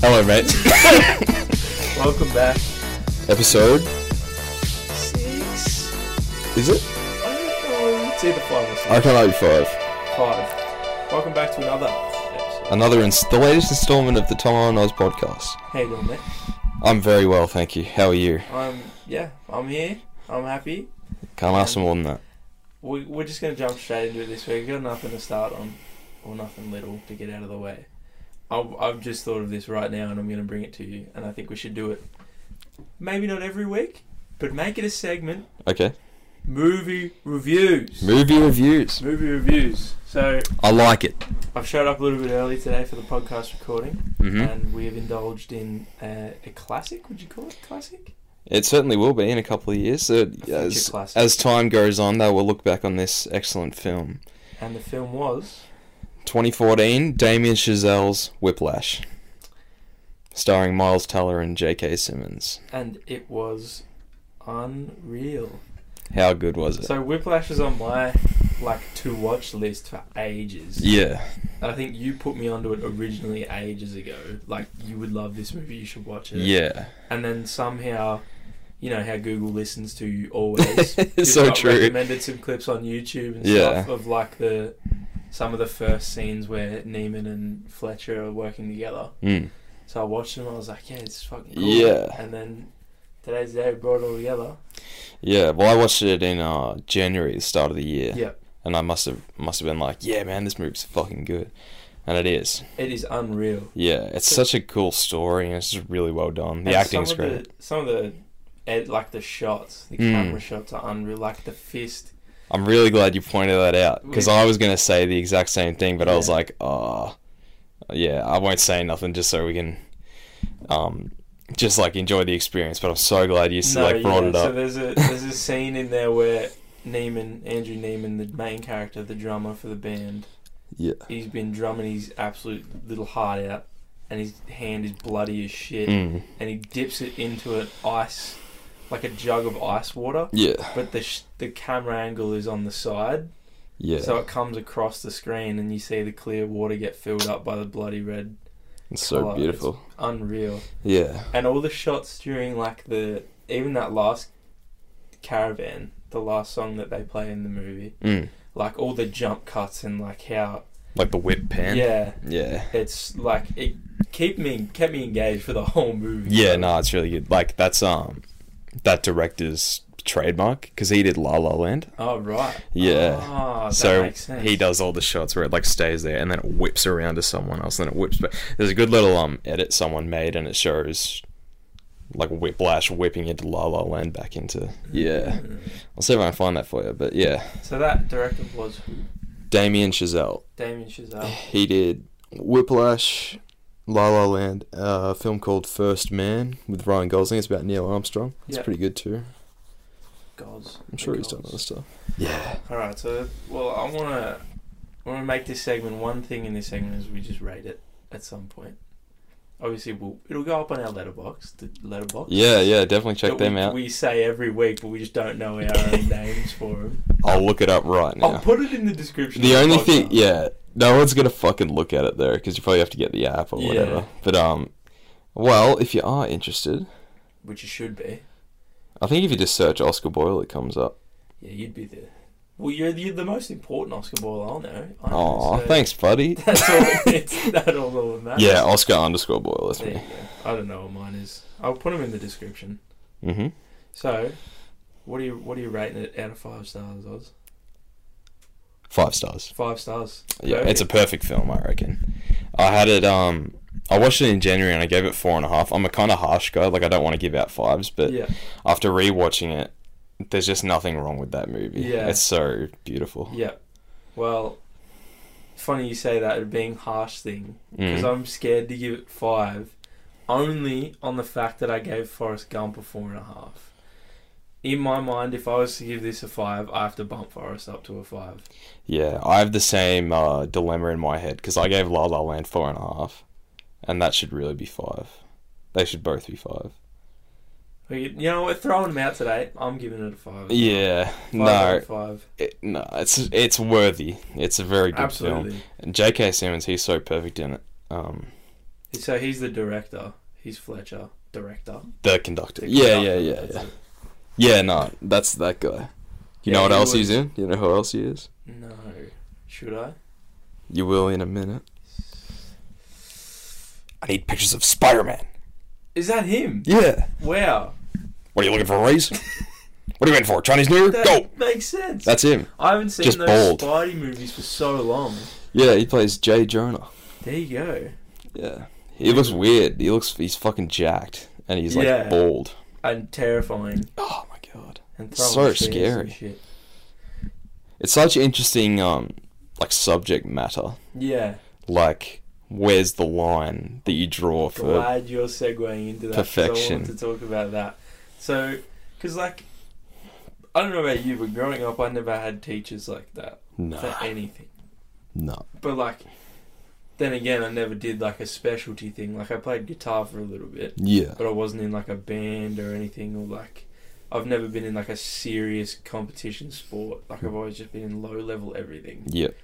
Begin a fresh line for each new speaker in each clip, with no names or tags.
Hello, mate.
Welcome back.
Episode
Six.
is it?
I don't know. It's either five or six.
I can't be five.
Five. Welcome back to another episode.
Another inst- the latest installment of the Tom and Oz podcast.
How you doing, mate?
I'm very well, thank you. How are you?
I'm Um, yeah. I'm here. I'm happy.
Can't ask for more than that.
We, we're just gonna jump straight into it this week. We've got nothing to start on, or nothing little to get out of the way. I've, I've just thought of this right now, and I'm gonna bring it to you. And I think we should do it. Maybe not every week, but make it a segment.
Okay.
Movie reviews.
Movie reviews.
Movie reviews. So
I like it.
I've showed up a little bit early today for the podcast recording,
Mm-hmm.
and we have indulged in uh, a classic. Would you call it classic?
It certainly will be in a couple of years. So
future
as
classic.
as time goes on, they will look back on this excellent film.
And the film was
2014, Damien Chazelle's Whiplash, starring Miles Teller and J.K. Simmons.
and it was unreal.
How good was it?
So Whiplash was on my like to watch list for ages.
yeah.
And I think you put me onto it originally ages ago. Like you would love this movie, you should watch it.
Yeah.
And then somehow, you know how Google listens to you always. just
so
got
true.
Recommended some clips on YouTube and
Yeah.
stuff of like the some of the first scenes where Neiman and Fletcher are working together.
Mm.
So I watched them. I was like, yeah, it's fucking cool.
Yeah.
And then today's the day we brought it all together.
Yeah, well, I watched it in uh, January, the start of the year.
Yeah.
And I must have must have been like, yeah, man, this movie's fucking good, and it is.
It is unreal.
Yeah, it's such a cool story, and it's just really well done. The
And
acting's
some of
great.
The, some of the ed, like the shots, the
Mm.
camera shots are unreal. Like the fist.
I'm really glad you pointed that out because
We-
I was gonna say the exact same thing, but I was
Yeah.
like, oh, yeah, I won't say nothing just so we can, um, just like enjoy the experience. But I'm so glad you s like brought
yeah,
it up.
So there's a there's a scene in there where Neiman, Andrew Neiman, the main character, the drummer for the band,
yeah.
he's been drumming his absolute little heart out, and his hand is bloody as shit,
Mm.
and he dips it into an ice, like a jug of ice water.
Yeah.
But the sh- the camera angle is on the side,
Yeah.
so it comes across the screen, and you see the clear water get filled up by the bloody red.
it's so
colour. It's
beautiful.
Unreal.
Yeah.
And all the shots during like the even that last caravan, the last song that they play in the movie,
Mm.
like all the jump cuts and like how
Like the whip pan.
yeah,
Yeah.
it's like it keep me kept me engaged for the whole movie.
Yeah, no, it's really good. Like that's um that director's trademark because he did La La Land.
Oh right.
Yeah.
Ah, that
so
makes sense.
he does all the shots where it like stays there and then it whips around to someone else, then it whips. But there's a good little um edit someone made and it shows like Whiplash whipping into La La Land back into. Yeah,
Mm.
I'll see if I can find that for you. But yeah,
So that director was who?
Damien Chazelle,
Damien Chazelle.
he did Whiplash, La La Land, uh, a film called First Man with Ryan Gosling. It's about Neil Armstrong. It's
Yeah.
pretty good too.
Gods.
I'm sure he's
Gods.
done other stuff. Yeah.
All right. So well, I wanna I wanna make this segment one thing in this segment is we just rate it at some point. Obviously, we'll, it'll go up on our letterbox. The letterbox.
Yeah, yeah, definitely check
that
them
we,
out.
We say every week, but we just don't know our own names for them.
I'll look it up right
I'll
now.
put it in the description.
The
of
only thing,
podcast.
yeah, no one's gonna fucking look at it there because you probably have to get the app or
Yeah.
whatever. But um, well, if you are interested,
which you should be.
I think if you just search Oscar Boyle, it comes up.
Yeah, you'd be the. Well, you're, you're the most important Oscar Boyle I'll know. I know,
Oh,
so
thanks, buddy.
That's all. It's that all that matters.
Yeah, Oscar underscore Boyle. That's
There you
me.
go. I don't know what mine is. I'll put them in the description.
hmm
So, what are you what are you rating it out of five stars, Oz?
Five stars.
Five stars.
Yeah, it's a perfect film, I reckon. I had it. Um, I watched it in January and I gave it four and a half. I'm a kind of harsh guy. Like I don't want to give out fives, but
yeah.
after rewatching it, there's just nothing wrong with that movie.
Yeah.
It's so beautiful.
Yeah. Well, funny you say that. It being harsh thing because
Mm.
I'm scared to give it five, only on the fact that I gave Forrest Gump a four and a half. In my mind, if I was to give this a five, I have to bump Forrest up to a five.
Yeah, I have the same uh, dilemma in my head because I gave La La Land four and a half, and that should really be five. They should both be five.
Like, You know, we're throwing them out today. I'm giving it a five.
Yeah,
Five out
no,
of five.
it, no, it's it's worthy. It's a very good film.
Absolutely.
And J.K. Simmons, he's so perfect in it. Um,
So he's the director. He's Fletcher, director.
The conductor.
The
Yeah, yeah,
conductor,
yeah,
that's
yeah.
it.
Yeah, no, that's that guy. You
Yeah,
know what
he
else
was-
he's in? You know who else he is?
No, should I?
You will in a minute. I need pictures of Spider Man.
Is that him?
Yeah.
Wow,
What are you looking for, a raise? what are you waiting for? Chinese New Year?
that
Go!
makes sense.
That's him.
I haven't seen
just
those
bald.
Spidey movies for so long.
Yeah, he plays Jay Jonah.
There you go.
Yeah. He looks weird. He looks he's fucking jacked. And he's like
Yeah.
bald.
And terrifying.
Oh my god.
And
So
throwing chairs
scary.
and shit.
It's such interesting um like subject matter.
Yeah.
Like where's the line that you draw for
Glad you're segueing into that. 'cause I
perfection.
wanted to talk about that. So, because like, I don't know about you, but growing up, I never had teachers like that
No.
for anything.
No.
But like, then again, I never did like a specialty thing. Like, I played guitar for a little bit,
Yeah.
but I wasn't in like a band or anything, or like, I've never been in like a serious competition sport. Like, I've always just been in low level everything.
Yep.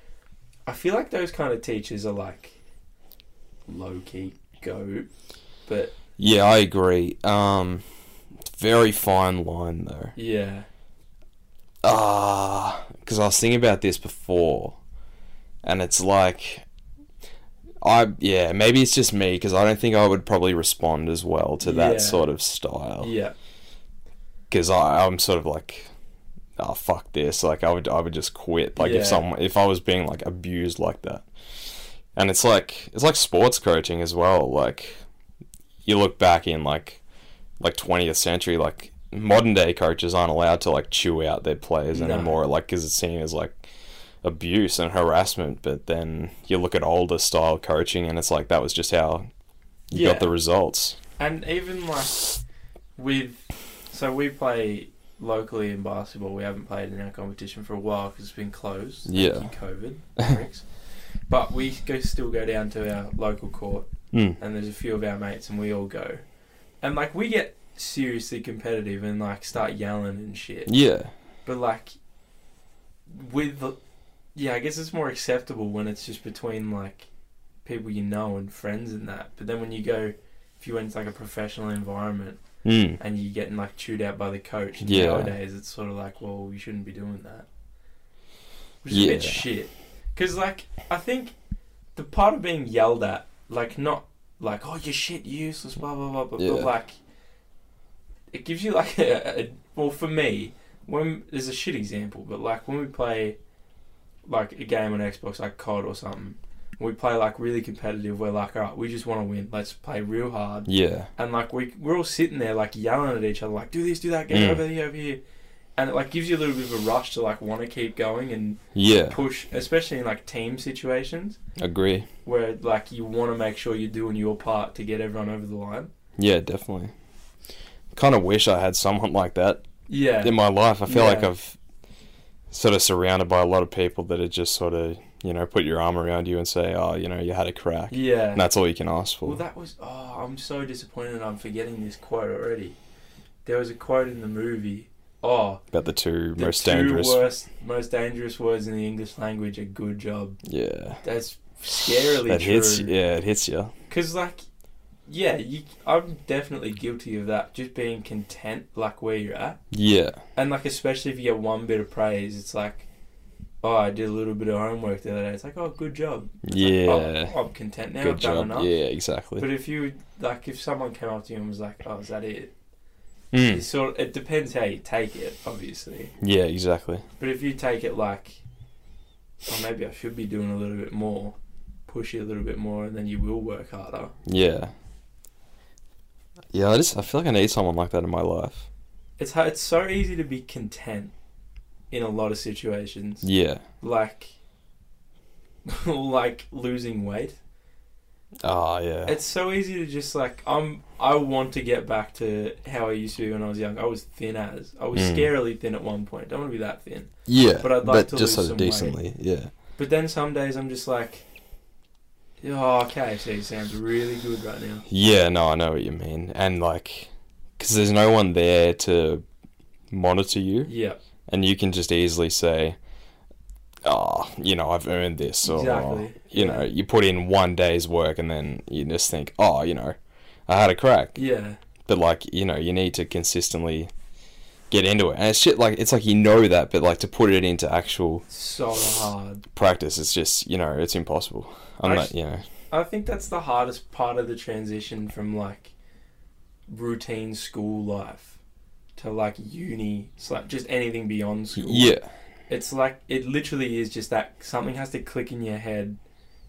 I feel like those kind of teachers are like low key go, but
Yeah, I agree. Um it's a very fine line though.
yeah.
Ah, because I was thinking about this before, and it's like, I yeah, maybe it's just me because I don't think I would probably respond as well to that
Yeah.
sort of style
Yeah,
because I I'm sort of like, oh fuck this, like I would I would just quit like
Yeah.
if someone if I was being like abused like that, and it's like it's like sports coaching as well like, you look back in like, like twentieth century like modern day coaches aren't allowed to like chew out their players
No.
anymore like because it's seen as like abuse and harassment but then you look at older style coaching and it's like that was just how you
Yeah.
got the results
and even like with, so we play locally in basketball. We haven't played in our competition for a while because it's been closed. Thank
Yeah.
you, COVID. pricks. but we go still go down to our local court,
mm.
and there's a few of our mates, and we all go, and like we get seriously competitive and like start yelling and shit.
yeah
But like, with the, yeah, I guess it's more acceptable when it's just between like people you know and friends and that. But then when you go, if you went into like a professional environment
mm.
and you're getting like chewed out by the coach,
Yeah.
nowadays it's sort of like, well, you shouldn't be doing that, which is a bit
Yeah.
shit. Because like, I think the part of being yelled at, like not like oh you shit you useless blah blah blah, but,
Yeah.
but like it gives you like a, a well for me when there's a shit example, but like when we play like a game on Xbox like COD or something, we play like really competitive. We're like all right, we just want to win. Let's play real hard,
yeah
and like we we're all sitting there like yelling at each other like do this do that get
Mm.
over here over here. And it like gives you a little bit of a rush to like want to keep going and
yeah
push, especially in like team situations
agree
where like you want to make sure you're doing your part to get everyone over the line.
Yeah, definitely. Kind of wish I had someone like that
Yeah,
in my life. I feel like
Yeah.
I've sort of surrounded by a lot of people that are just sort of, you know, put your arm around you and say, oh, you know, you had a crack.
yeah.
And that's all you can ask for.
Well, that was. Oh, I'm so disappointed. I'm forgetting this quote already. There was a quote in the movie. Oh,
About the two
the
most
two
dangerous.
worst, most dangerous words in the English language are "good job."
Yeah.
That's scarily
That
true.
hits Yeah, it hits you.
Cause like, yeah, you, I'm definitely guilty of that. Just being content, like where you're at.
Yeah.
And like especially if you get one bit of praise, it's like, oh, I did a little bit of homework the other day. It's like, oh, good job. It's like,
Yeah.
oh, I'm content now.
Good
I've done
job.
enough.
Yeah, exactly.
But if you like, if someone came up to you and was like, oh, is that it? It's
Mm.
sort. It depends how you take it, obviously.
Yeah, exactly.
But if you take it like, oh, maybe I should be doing a little bit more, push you a little bit more, and then you will work harder.
Yeah. Yeah, I just I feel like I need someone like that in my life.
It's hard, it's so easy to be content in a lot of situations.
Yeah.
like like losing weight.
Oh, yeah.
It's so easy to just like I'm I want to get back to how I used to be when I was young. I was thin as. I was
Mm.
scarily thin at one point. Don't want to be that thin.
Yeah.
but I'd like to lose
just sort
some
of
weight.
decently. Yeah.
But then some days I'm just like Oh, KFC sounds really good right now.
Yeah, no, I know what you mean. And like, because there's no one there to monitor you,
Yeah.
and you can just easily say, oh, you know, I've earned this, or
Exactly,
you
yeah.
know, you put in one day's work, and then you just think, oh, you know, I had a crack.
Yeah.
But like, you know, you need to consistently get into it, and it's shit like it's like you know that, but like to put it into actual
So hard.
practice, it's just you know, it's impossible. I'm
I
not,
s-
you know,
I think that's the hardest part of the transition from like routine school life to like uni, it's like just anything beyond school.
yeah,
It's like it literally is just that something has to click in your head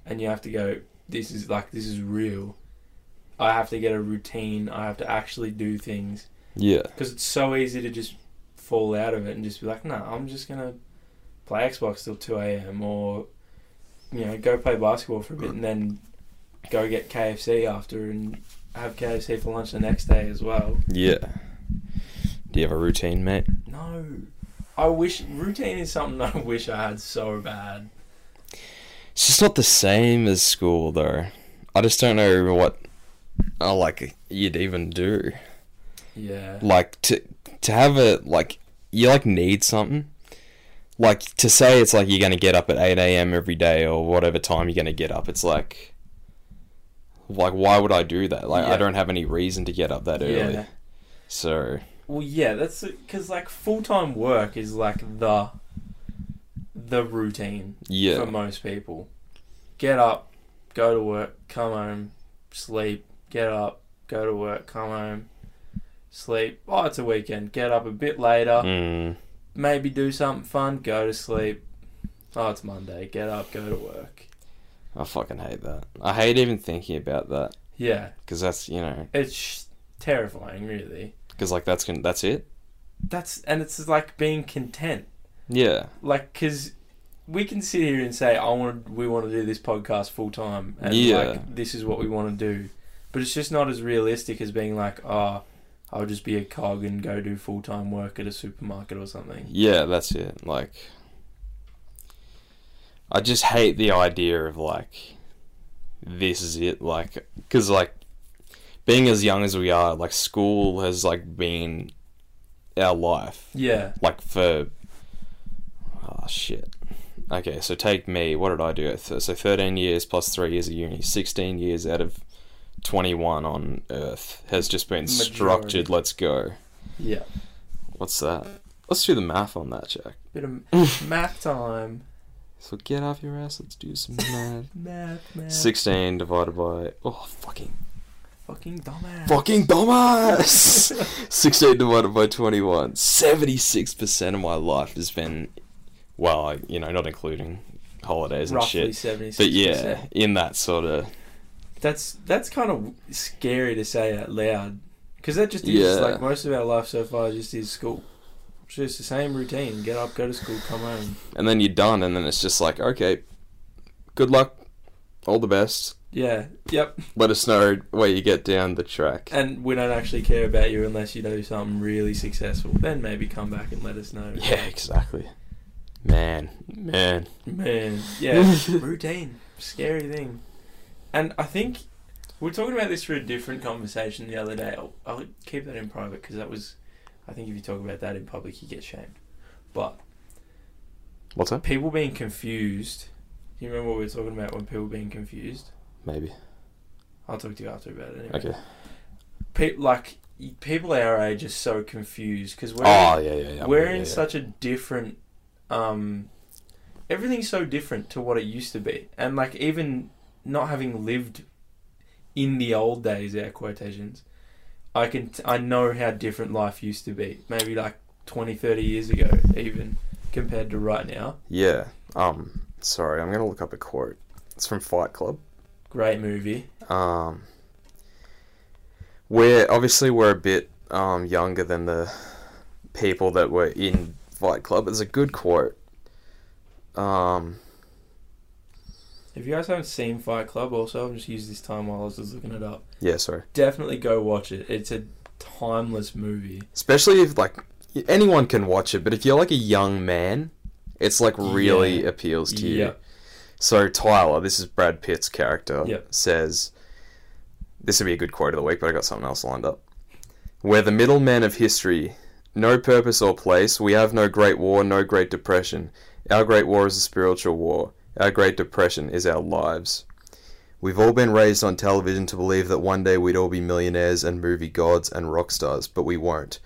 and you have to go, This is like this is real. I have to get a routine, I have to actually do things.
yeah,
Because it's so easy to just fall out of it and just be like, nah, I'm just gonna play Xbox till two AM or you know, go play basketball for a bit and then go get KFC after and have KFC for lunch the next day as well.
yeah. Do you have a routine, mate?
No. I wish routine is something I wish I had so bad.
It's just not the same as school, though. I just don't know what, I like you'd even do.
Yeah.
Like to to have a like you like need something. Like to say it's like you're gonna get up at eight a.m. every day or whatever time you're gonna get up. It's like, like why would I do that? Like I
Yeah.
don't have any reason to get up that early.
Yeah.
So
Well, yeah, that's because like full time work is like the the routine.
yeah,
for most people. Get up, go to work, come home, sleep, get up, go to work, come home, sleep. Oh, it's a weekend. Get up a bit later,
mm,
maybe do something fun, go to sleep. Oh, it's Monday. Get up, go to work.
I fucking hate that. I hate even thinking about that
Yeah,
because that's you know
it's sh- terrifying, really.
because like that's gonna that's it.
That's and it's like being content.
Yeah,
Like, cause we can sit here and say, "I want, we want to do this podcast full time, and
Yeah.
like this is what we want to do," but it's just not as realistic as being like, "Oh, I'll just be a cog and go do full time work at a supermarket or something."
Yeah, that's it. Like, I just hate the idea of like, this is it. Like, because like, being as young as we are, like, school has like been our life.
Yeah,
Like for, oh shit. Okay, so take me. What did I do? Th- So thirteen years plus three years of uni, sixteen years out of twenty-one on Earth has just been
Majority.
structured. Let's go.
yeah.
What's that? Let's do the math on that, Jack.
Bit of math time.
So get off your ass. Let's do some math.
Math, math.
Sixteen divided by oh fucking
Fucking dumbass.
fucking dumbass. Sixteen divided by twenty-one. Seventy-six percent of my life has been well, I, you know, not including holidays and
Roughly
shit.
seventy
But
six
yeah,
percent.
in that sort of
That's that's kind of scary to say out loud, because that just is
Yeah.
like most of our life so far just is school. It's just the same routine: get up, go to school, come home.
and then you're done, and then it's just like okay, good luck, all the best.
Yeah. Yep.
Let us know where you get down the track.
And we don't actually care about you unless you do something really successful. Then maybe come back and let us know.
Yeah, exactly. Man, man.
Man. Yeah. Routine. Scary thing. And I think we are talking about this for a different conversation the other day. I'll, I'll keep that in private because that was. I think if you talk about that in public, you get shamed. But
What's up?
people being confused. Do you remember what we were talking about when people being confused?
Maybe.
I'll talk to you after about it anyway.
Okay.
Pe- like, y- people our age are so confused because we're.
Oh yeah, yeah, yeah.
we're
yeah,
in
yeah.
such a different um everything's so different to what it used to be and like even not having lived in the old days air quotations i can t- i know how different life used to be maybe like 20 30 years ago even compared to right now
Yeah. Um. Sorry, I'm gonna look up a quote. It's from Fight Club.
great movie
Um. We're obviously we're a bit um younger than the people that were in Fight Club. It's a good quote. Um.
if you guys haven't seen fight club also i've just used this time while i was just looking it up
Yeah. Sorry.
definitely go watch it it's a timeless movie
Especially if like anyone can watch it, but if you're like a young man, it's like really
Yeah.
appeals to you.
yeah
So Tyler, this is Brad Pitt's character,
Yep.
says, "This would be a good quote of the week, but I got something else lined up." We're the middlemen of history, no purpose or place. We have no great war, no great depression. Our great war is a spiritual war. Our great depression is our lives. We've all been raised on television to believe that one day we'd all be millionaires and movie gods and rock stars, but we won't.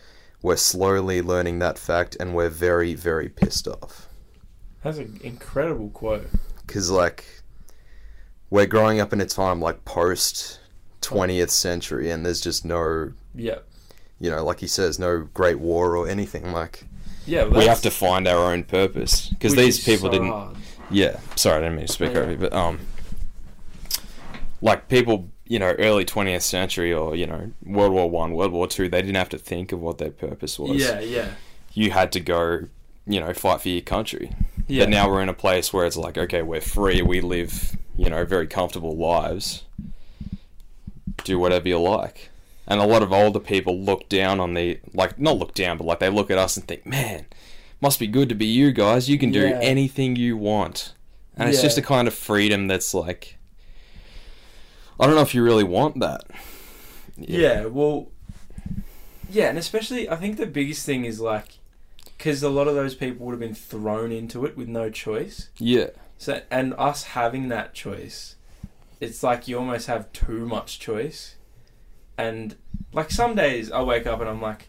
We're slowly learning that fact and we're very, very pissed off.
That's an incredible quote.
Because, like, we're growing up in a time like post 20th century and there's just no,
Yeah.
you know, like he says, no great war or anything. Like,
Yeah.
we have to find our own purpose. Because these people didn't. Yeah, sorry, I didn't mean to speak
Yeah.
over you, but um, like people, you know, early twentieth century or you know, World War One, World War Two, they didn't have to think of what their purpose was.
Yeah, yeah.
you had to go, you know, fight for your country.
Yeah.
But now we're in a place where it's like, okay, we're free, we live, you know, very comfortable lives. Do whatever you like. And a lot of older people look down on the like not look down, but like they look at us and think, Man, must be good to be you guys. You can do
Yeah.
anything you want. And it's
Yeah.
just a kind of freedom that's like I don't know if you really want that.
Yeah. well, yeah, and especially I think the biggest thing is like, because a lot of those people would have been thrown into it with no choice.
Yeah.
So, and us having that choice, it's like you almost have too much choice. And like some days I wake up and I'm like,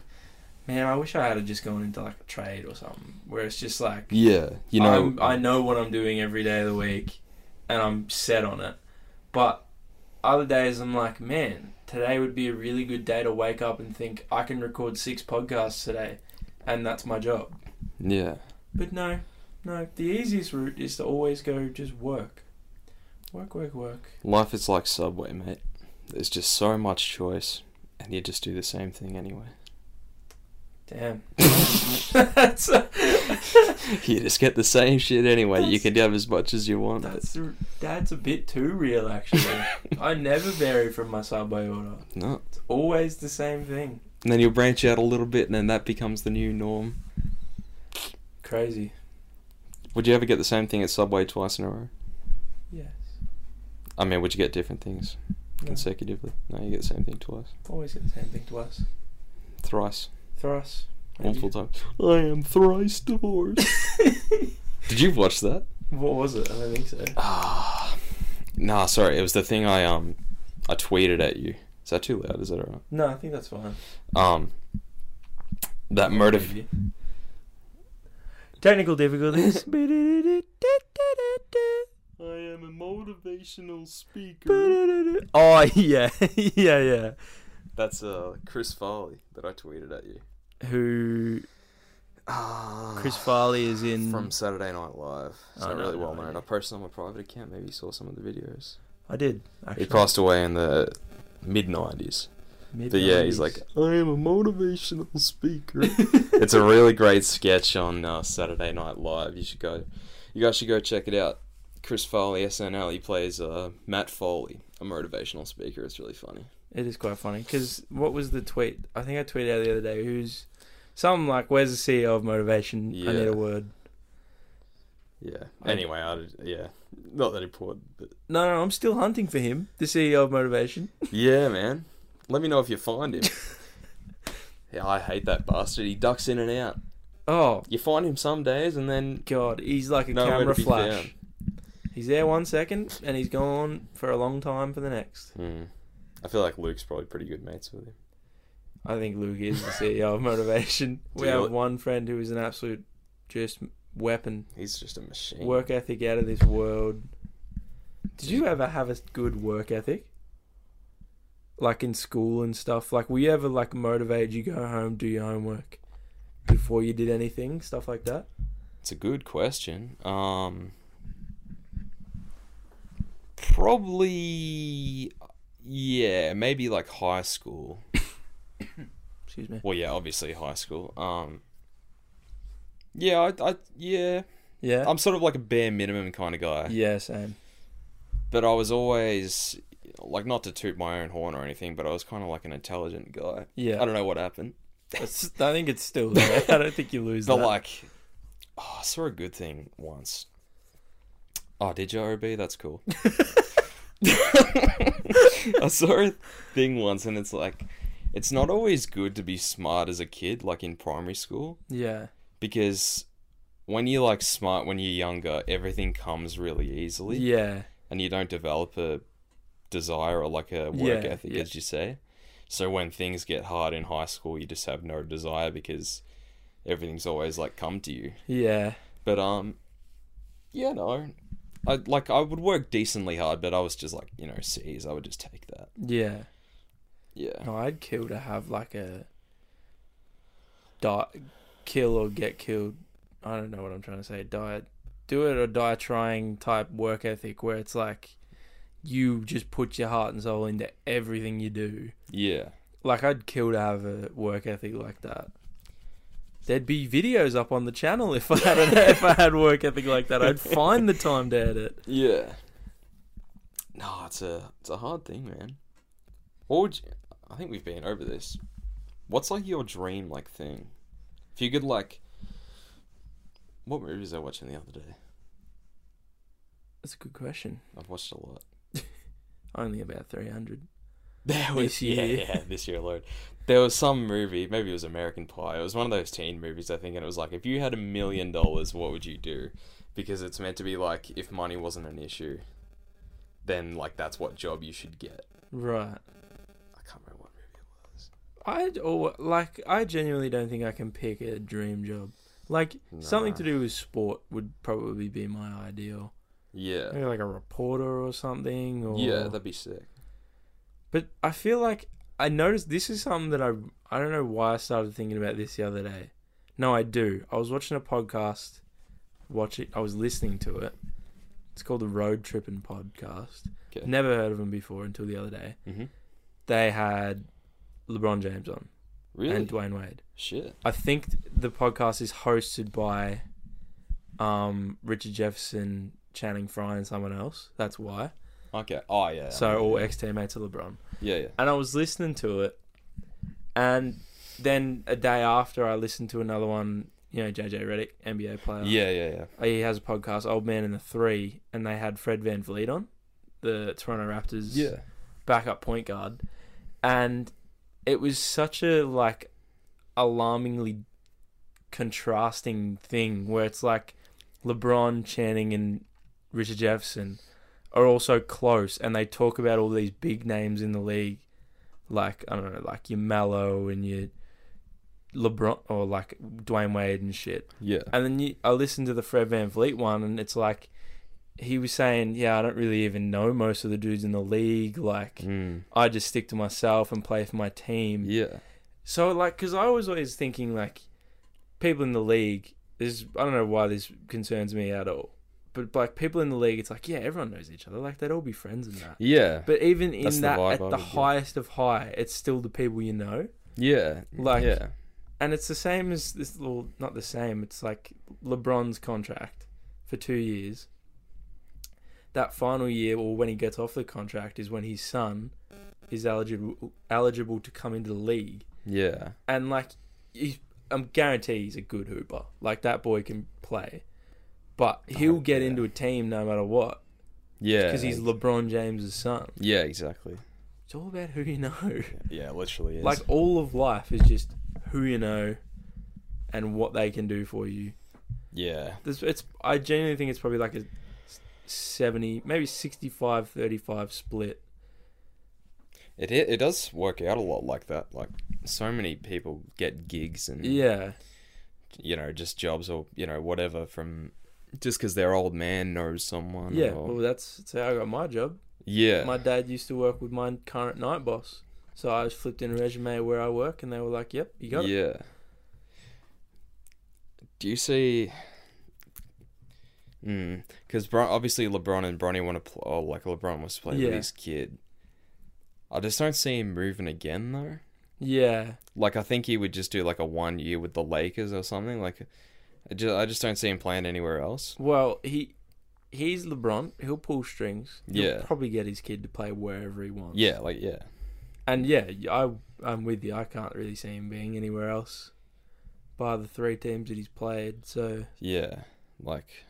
man, I wish I had just gone into like a trade or something where it's just like,
Yeah. You know
I'm, I know what I'm doing every day of the week, and I'm set on it. But other days, I'm like, man, today would be a really good day to wake up and think I can record six podcasts today, and that's my job.
Yeah.
But no, no, the easiest route is to always go just work, work, work, work.
Life is like Subway, mate. There's just so much choice, and you just do the same thing anyway.
Damn, that's
You just get the same shit anyway. You
That's-
can have as much as you want.
that's that's a bit too real actually. I never vary from my subway order.
No.
It's always the same thing.
And then you'll branch out a little bit, and then that becomes the new norm.
Crazy.
Would you ever get the same thing at Subway twice in a row?
Yes.
I mean, would you get different things
No.
consecutively? No, you get the same thing twice.
Always get the same thing to us.
Thrice.
Thrice.
Multiple times. I am thrice divorced. Did you watch that?
What was it? I don't think so.
Ah. nah, sorry. It was the thing I, um, I tweeted at you. Is that too loud? Is that alright?
No, I think that's fine.
Um, that motive.
Maybe. Technical difficulties.
I am a motivational speaker.
oh yeah, yeah, yeah.
That's uh Chris Farley that I tweeted at you.
Who
Ah,
Chris Farley is in?
from Saturday Night Live. It's
Oh,
not
no,
really
no
well known.
idea.
I posted on my private account. Maybe you saw some of the videos.
I did.
He
Actually.
passed away in the mid nineties. But yeah, he's like, I am a motivational speaker. it's a really great sketch on uh, Saturday Night Live. You should go. You guys should go check it out. Chris Foley, SNL. He plays uh, Matt Foley, a motivational speaker. It's really funny.
It is quite funny because what was the tweet? I think I tweeted out the other day. Who's something like, "Where's the CEO of motivation? I need
Yeah.
a word."
Yeah.
I-
Anyway, I, did- yeah, not that important. But
No, no, I'm still hunting for him, the CEO of motivation.
yeah, man. Let me know if you find him. yeah, I hate that bastard. He ducks in and out.
Oh
You find him some days, and then
God, he's like a
Nowhere
camera
to be
flash.
found.
He's there one second and he's gone for a long time for the next.
Hmm. I feel like Luke's probably pretty good mates with him.
I think Luke is the CEO of motivation. We
Do you
have
like-
one friend who is an absolute just weapon,
He's just a machine.
work ethic out of this world. Did you ever have a good work ethic? Like in school and stuff. Like were you ever like motivated? You go home, do your homework before you did anything, stuff like that.
It's a good question. Um, probably, yeah, maybe like high school.
Excuse me.
Well, yeah, obviously high school. Um, yeah, I, I, yeah,
Yeah.
I'm sort of like a bare minimum kind of guy.
yeah, same.
But I was always like, not to toot my own horn or anything, but I was kind of like an intelligent guy.
Yeah.
I don't know what happened.
It's- I think it's still there. I don't think you lose
But
that.
like, oh, I saw a good thing once. Oh, did you OB? That's cool. I saw a thing once, and it's like, it's not always good to be smart as a kid, like in primary school,
Yeah.
because when you're like smart when you're younger, everything comes really easily,
Yeah.
and you don't develop a desire or like a work
Yeah,
ethic,
yeah.
as you say. So when things get hard in high school, you just have no desire because everything's always like come to you.
Yeah.
But um, yeah, no, I like I would work decently hard, but I was just like you know C's. I would just take that.
Yeah.
Yeah,
No, I'd kill to have like a die, kill or get killed. I don't know what I'm trying to say. Die, do it or die trying type work ethic where it's like you just put your heart and soul into everything you do.
yeah,
Like I'd kill to have a work ethic like that. There'd be videos up on the channel if I had an, if I had work ethic like that. I'd find the time to edit.
yeah. No, it's a it's a hard thing, man. What would you, I think we've been over this? What's like your dream like thing? If you could like, what movie was I watching the other day?
That's a good question.
I've watched a lot.
Only about 300.
There was
This year.
yeah, yeah, this year alone. There was some movie, maybe it was American Pie. It was one of those teen movies, I think, and it was like, if you had a million dollars, what would you do? Because it's meant to be like, if money wasn't an issue, then like that's what job you should get.
Right.
I can't remember what movie it was.
I or like I genuinely don't think I can pick a dream job. Like something
Nah.
to do with sport would probably be my ideal.
Yeah,
Maybe like a reporter or something. Or
yeah, that'd be sick.
but I feel like I noticed this is something that I I don't know why I started thinking about this the other day. No, I do. I was watching a podcast. Watch it. I was listening to it. It's called the Road Tripping Podcast.
Okay.
Never heard of them before until the other day.
hmm
They had LeBron James on
Really?
and Dwayne Wade.
Shit.
I think th- the podcast is hosted by um, Richard Jefferson, Channing Frye, and someone else. That's why.
Okay. Oh yeah.
So all ex teammates of LeBron.
yeah, yeah.
And I was listening to it, and then a day after, I listened to another one. You know, JJ Redick, NBA player.
Yeah, yeah, yeah.
he has a podcast, Old Man and the Three, and they had Fred Van Vliet on, the Toronto Raptors
Yeah.
backup point guard, and it was such a like alarmingly contrasting thing where it's like LeBron, Channing, and Richard Jefferson are also close, and they talk about all these big names in the league, like I don't know, like your Mallow and your LeBron or like Dwayne Wade and shit.
Yeah.
And then you, I listened to the Fred Van Vliet one, and it's like he was saying, "Yeah, I don't really even know most of the dudes in the league. Like,
Mm.
I just stick to myself and play for my team."
Yeah.
So, like, because I was always thinking, like, people in the league. This I don't know why this concerns me at all, but like people in the league, it's like, yeah, everyone knows each other. Like, they'd all be friends and that.
Yeah.
But even in
That's the
that,
vibe I
at the
would get.
highest of high, it's still the people you know.
yeah.
Like-
yeah.
And it's the same as this little, not the same, it's like LeBron's contract for two years. That final year, or when he gets off the contract, is when his son is eligible eligible to come into the league.
Yeah.
And like, he's, I'm guarantee he's a good hooper. Like that boy can play, but he'll
Oh,
get
yeah.
into a team no matter what
Yeah.
because he's LeBron James's son.
Yeah, exactly.
It's all about who you know.
Yeah, literally is.
Like all of life is just who you know and what they can do for you.
yeah.
This, it's I genuinely think it's probably like a 70, maybe 65 35 split.
It i- it does work out a lot like that. Like so many people get gigs and
Yeah.
you know just jobs or you know whatever from just because their old man knows someone.
Yeah.
or-
Well, that's, that's how I got my job.
yeah.
My dad used to work with my current night boss. So I just flipped in a resume where I work and they were like, yep, you got it.
yeah. Do you see? Because Bron- obviously LeBron and Bronny want to play. Oh, like LeBron wants to play with
Yeah.
his kid. I just don't see him moving again though.
Yeah.
Like I think he would just do like a one year with the Lakers or something. Like, I just I just don't see him playing anywhere else.
Well, he he's LeBron. He'll pull strings. He'll
Yeah.
probably get his kid to play wherever he wants.
Yeah, like yeah,
And yeah, I I'm with you. I can't really see him being anywhere else by the three teams that he's played. So
yeah, like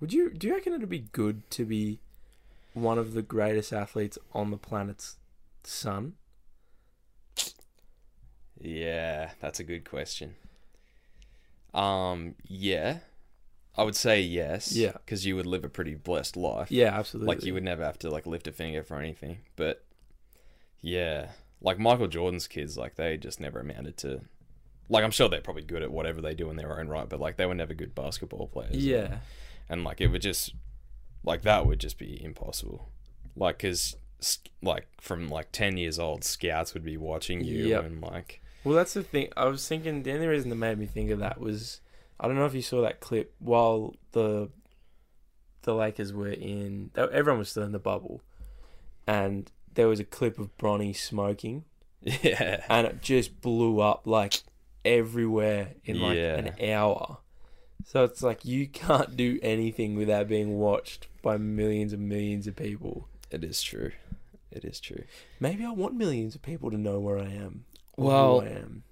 would you do you reckon it'd be good to be one of the greatest athletes on the planet's son?
Yeah, that's a good question. Um, yeah. I would say yes.
Yeah.
Because you would live a pretty blessed life.
Yeah, absolutely.
Like you would never have to like lift a finger for anything. But yeah. Like Michael Jordan's kids, like they just never amounted to like I'm sure they're probably good at whatever they do in their own right, but like they were never good basketball players.
Yeah.
And like it would just like that would just be impossible. Like cuz like from like 10 years old scouts would be watching you
Yep.
and like
Well, that's the thing. I was thinking the only reason that made me think of that was I don't know if you saw that clip while the the Lakers were in. Everyone was still in the bubble, and there was a clip of Bronny smoking,
yeah.
and it just blew up like everywhere in like
Yeah.
an hour. So it's like you can't do anything without being watched by millions and millions of people.
It is true. It is true.
Maybe I want millions of people to know where I am. or who
Well,
I am.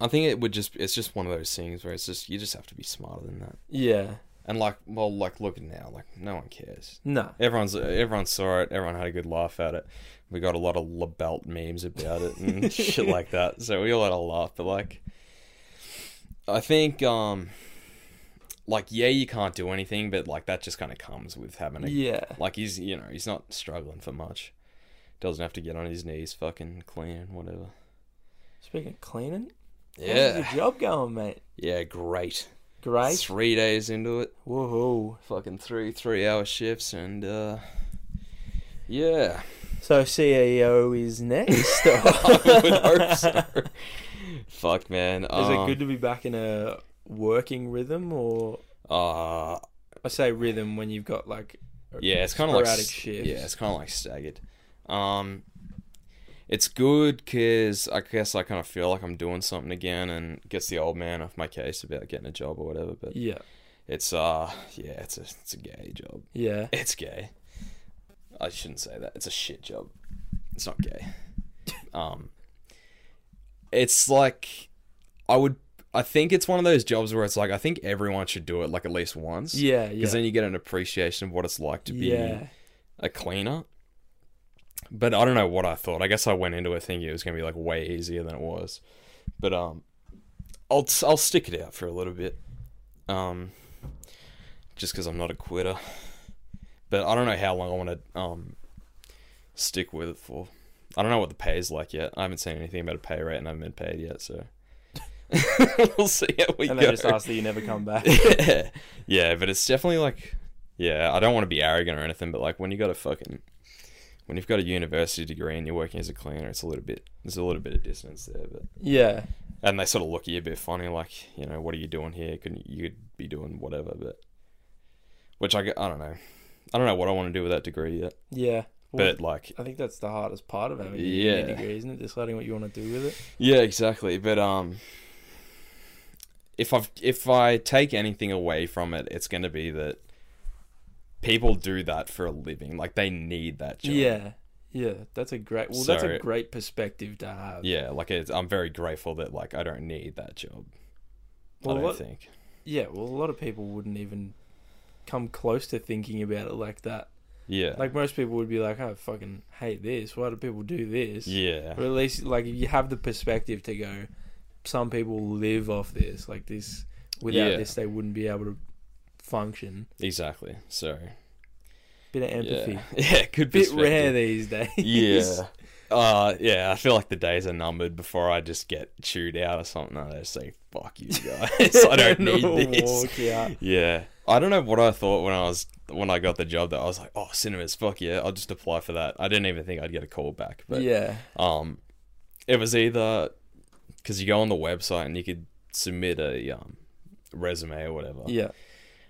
I think it would just it's just one of those things where it's just you just have to be smarter than that.
yeah,
And like well like look at now, like no one cares.
no,
Everyone's everyone saw it, everyone had a good laugh at it. We got a lot of LaBelt memes about it and shit like that. So we all had a laugh, but like I think um like yeah, you can't do anything, but like that just kind of comes with having a
yeah.
like he's you know, he's not struggling for much. Doesn't have to get on his knees fucking cleaning whatever.
Speaking of cleaning,
Yeah.
how's your job going, mate?
Yeah, great.
Great.
Three days into it,
Woohoo!
fucking three three hour shifts, and uh, yeah,
So CEO is next.
I would hope so. Fuck man,
Is
um,
it good to be back in a working rhythm, or
Uh,
I say rhythm when you've got like
yeah, it's kind of like
sporadic
s-
shifts.
Yeah, it's kind of like staggered. Um, it's good because I guess I kind of feel like I'm doing something again, and gets the old man off my case about getting a job or whatever. But
yeah,
it's uh, yeah, it's a it's a gay job.
yeah.
It's gay. I shouldn't say that. It's a shit job. It's not gay. Um, it's like I would. I think it's one of those jobs where it's like I think everyone should do it like at least once.
yeah, yeah,
Because then you get an appreciation of what it's like to be
yeah,
a cleaner. But I don't know what I thought. I guess I went into it thinking it was going to be like way easier than it was. But um, I'll I'll stick it out for a little bit. Um, just because I'm not a quitter. But I don't know how long I want to um stick with it for. I don't know what the pay is like yet. I haven't seen anything about a pay rate, and I haven't been paid yet, so we'll see how we
and
go
they just ask that you never come back.
yeah. yeah, but it's definitely like, yeah, I don't want to be arrogant or anything, but like when you got a fucking, when you've got a university degree and you're working as a cleaner, it's a little bit, there's a little bit of dissonance there, but
yeah,
and they sort of look at you a bit funny, like you know, what are you doing here? Couldn't you could be doing whatever? But which I, g- I don't know, I don't know what I want to do with that degree yet,
yeah. Well,
but like,
I think that's the hardest part of having a
Yeah.
degree, isn't it? Deciding what you want to do with it.
yeah, exactly, but um. If I've if I take anything away from it, it's going to be that people do that for a living. Like they need that job.
Yeah, yeah. That's a great. Well, that's a
Sorry.
great perspective to have.
yeah like it's, i'm very grateful that like i don't need that job
Well,
i don't
what-
think
Yeah, well, a lot of people wouldn't even come close to thinking about it like that.
yeah
Like most people would be like, "I fucking hate this. Why do people do this?"
yeah
Or at least, like, if you have the perspective to go, some people live off this. Like this, without
Yeah.
this, they wouldn't be able to function.
exactly so
Bit of empathy.
yeah yeah good
Bit
perspective.
rare these days.
yeah uh yeah i feel like the days are numbered before i just get chewed out or something i just say fuck you guys i don't need
And
this
walk out.
yeah i don't know what i thought when i was when i got the job that i was like oh cinemas fuck yeah i'll just apply for that i didn't even think i'd get a call back but
yeah.
um, it was either because you go on the website and you could submit a um, resume or whatever.
Yeah.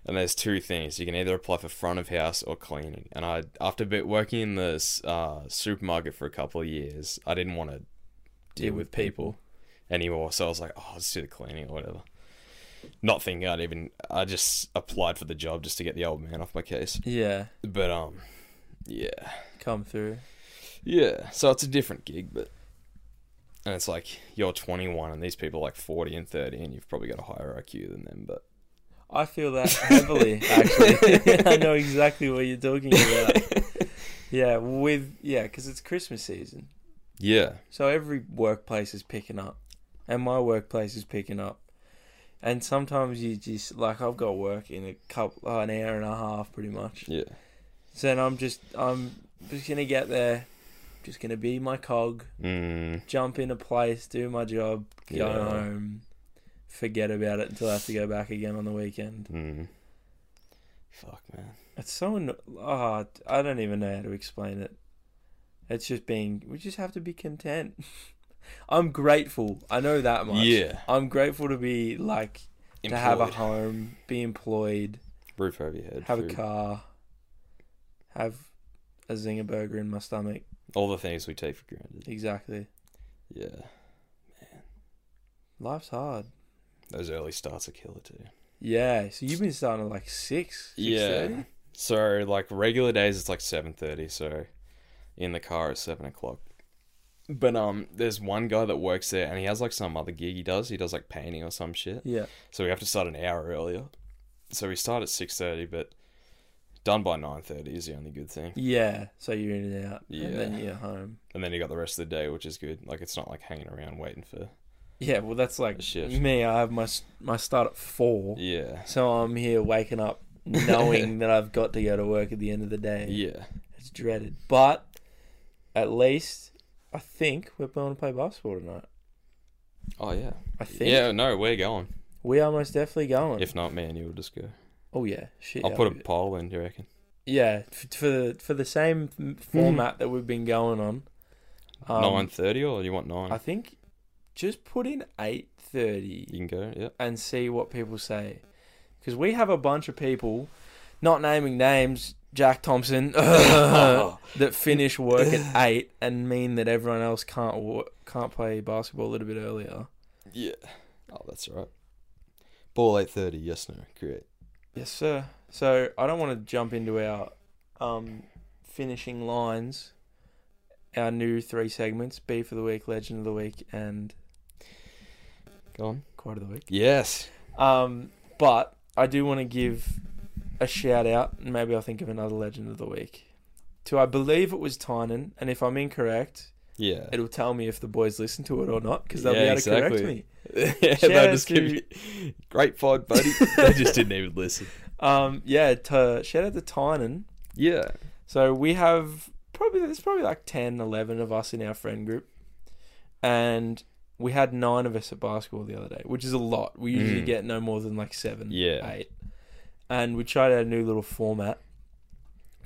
And there's two things you can either apply for front of house or cleaning. And I, after bit working in the uh, supermarket for a couple of years, I didn't want to deal
Deal with
with people anymore. So I was like, oh, I'll just do the cleaning or whatever. Not thinking I'd even. I just applied for the job just to get the old man off my case.
Yeah.
But um, yeah.
Come through.
Yeah, so it's a different gig, but and it's like you're 21 and these people are like 40 and 30, and you've probably got a higher IQ than them. But
I feel that heavily, actually. I know exactly what you're talking about. Yeah, with yeah, because it's Christmas season,
Yeah.
So every workplace is picking up, and my workplace is picking up. And sometimes you just like I've got work in a couple oh, an hour and a half, pretty much.
Yeah.
So then I'm just I'm just gonna get there, just gonna be my cog,
Mm.
jump in a place, do my job, go
Yeah.
home, forget about it until I have to go back again on the weekend.
Mm. Fuck man.
It's so anno- oh, I don't even know how to explain it. It's just being we just have to be content. I'm grateful. I know that much.
Yeah.
I'm grateful to be like to have a
Employed.
home, be employed,
roof over your head,
have
food.
a car, have a zinger burger in my stomach.
all the things we take for granted.
Exactly.
Yeah.
Life's hard.
Those early starts are killer too.
Yeah. So you've been starting at like six. 6:30?
Yeah. So like regular days it's like seven thirty, so in the car at seven o'clock. But um there's one guy that works there and he has like some other gig he does. He does like painting or some shit.
Yeah.
So we have to start an hour earlier. So we start at six thirty, but done by nine thirty is the only good thing.
Yeah. So you're in and out.
Yeah.
And then you're home.
And then you got the rest of the day, which is good. Like it's not like hanging around waiting for
Yeah. Well, that's like
A shift.
me. I have my s- my start at four.
Yeah.
So I'm here waking up knowing that I've got to go to work at the end of the day.
Yeah.
It's dreaded. But at least I think we're going to play basketball tonight.
Oh yeah.
I think
Yeah, no, we're going.
we are most definitely going.
If not, man, you'll just go.
oh yeah, shit.
I'll
yeah,
put a
we-
poll in, do you reckon?
yeah f- for the for the same m- format that we've been going on. Um,
Nine thirty or you want nine?
I think just put in eight thirty
you can go, yeah.
and see what people say, because we have a bunch of people, not naming names. Jack Thompson that finish work at eight and mean that everyone else can't wa- can't play basketball a little bit earlier.
Yeah. Oh, that's all right. Ball eight thirty. Yes, no. Great.
Yes, sir. So I don't want to jump into our um, finishing lines, our new three segments: B for the week, Legend of the week, and
Go on.
Quote of the week.
Yes.
Um, but I do want to give a shout out, and maybe I'll think of another Legend of the week. To I believe it was Tynan, and if I'm incorrect,
Yeah.
it'll tell me if the boys listen to it or not, because they'll be
Yeah,
able to correct
exactly.
me.
yeah,
Shout
they'll
out
just give
to-
you- great pod, buddy. they just didn't even listen.
Um, yeah, to, shout out to Tynan.
Yeah.
So we have probably there's probably like 10, 11 of us in our friend group, and we had nine of us at basketball the other day, which is a lot. We usually
Mm.
get no more than like seven,
Yeah.
eight, and we tried our new little format,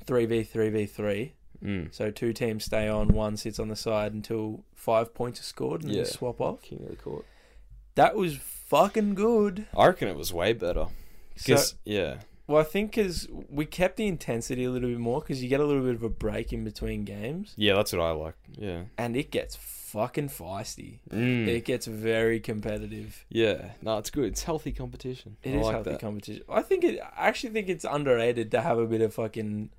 three v three v three.
Mm.
So two teams stay on, one sits on the side until five points are scored, and then
Yeah.
we swap off.
Oh, King of the court.
That was fucking good.
I reckon it was way better.
So,
'Cause- yeah.
well, I think because we kept the intensity a little bit more because you get a little bit of a break in between games.
Yeah, that's what I like. Yeah.
and it gets fucking feisty.
Mm.
It gets very competitive.
yeah. No, it's good. It's healthy competition.
It is
I like
healthy
that.
competition. I think it. I actually think it's underrated to have a bit of fucking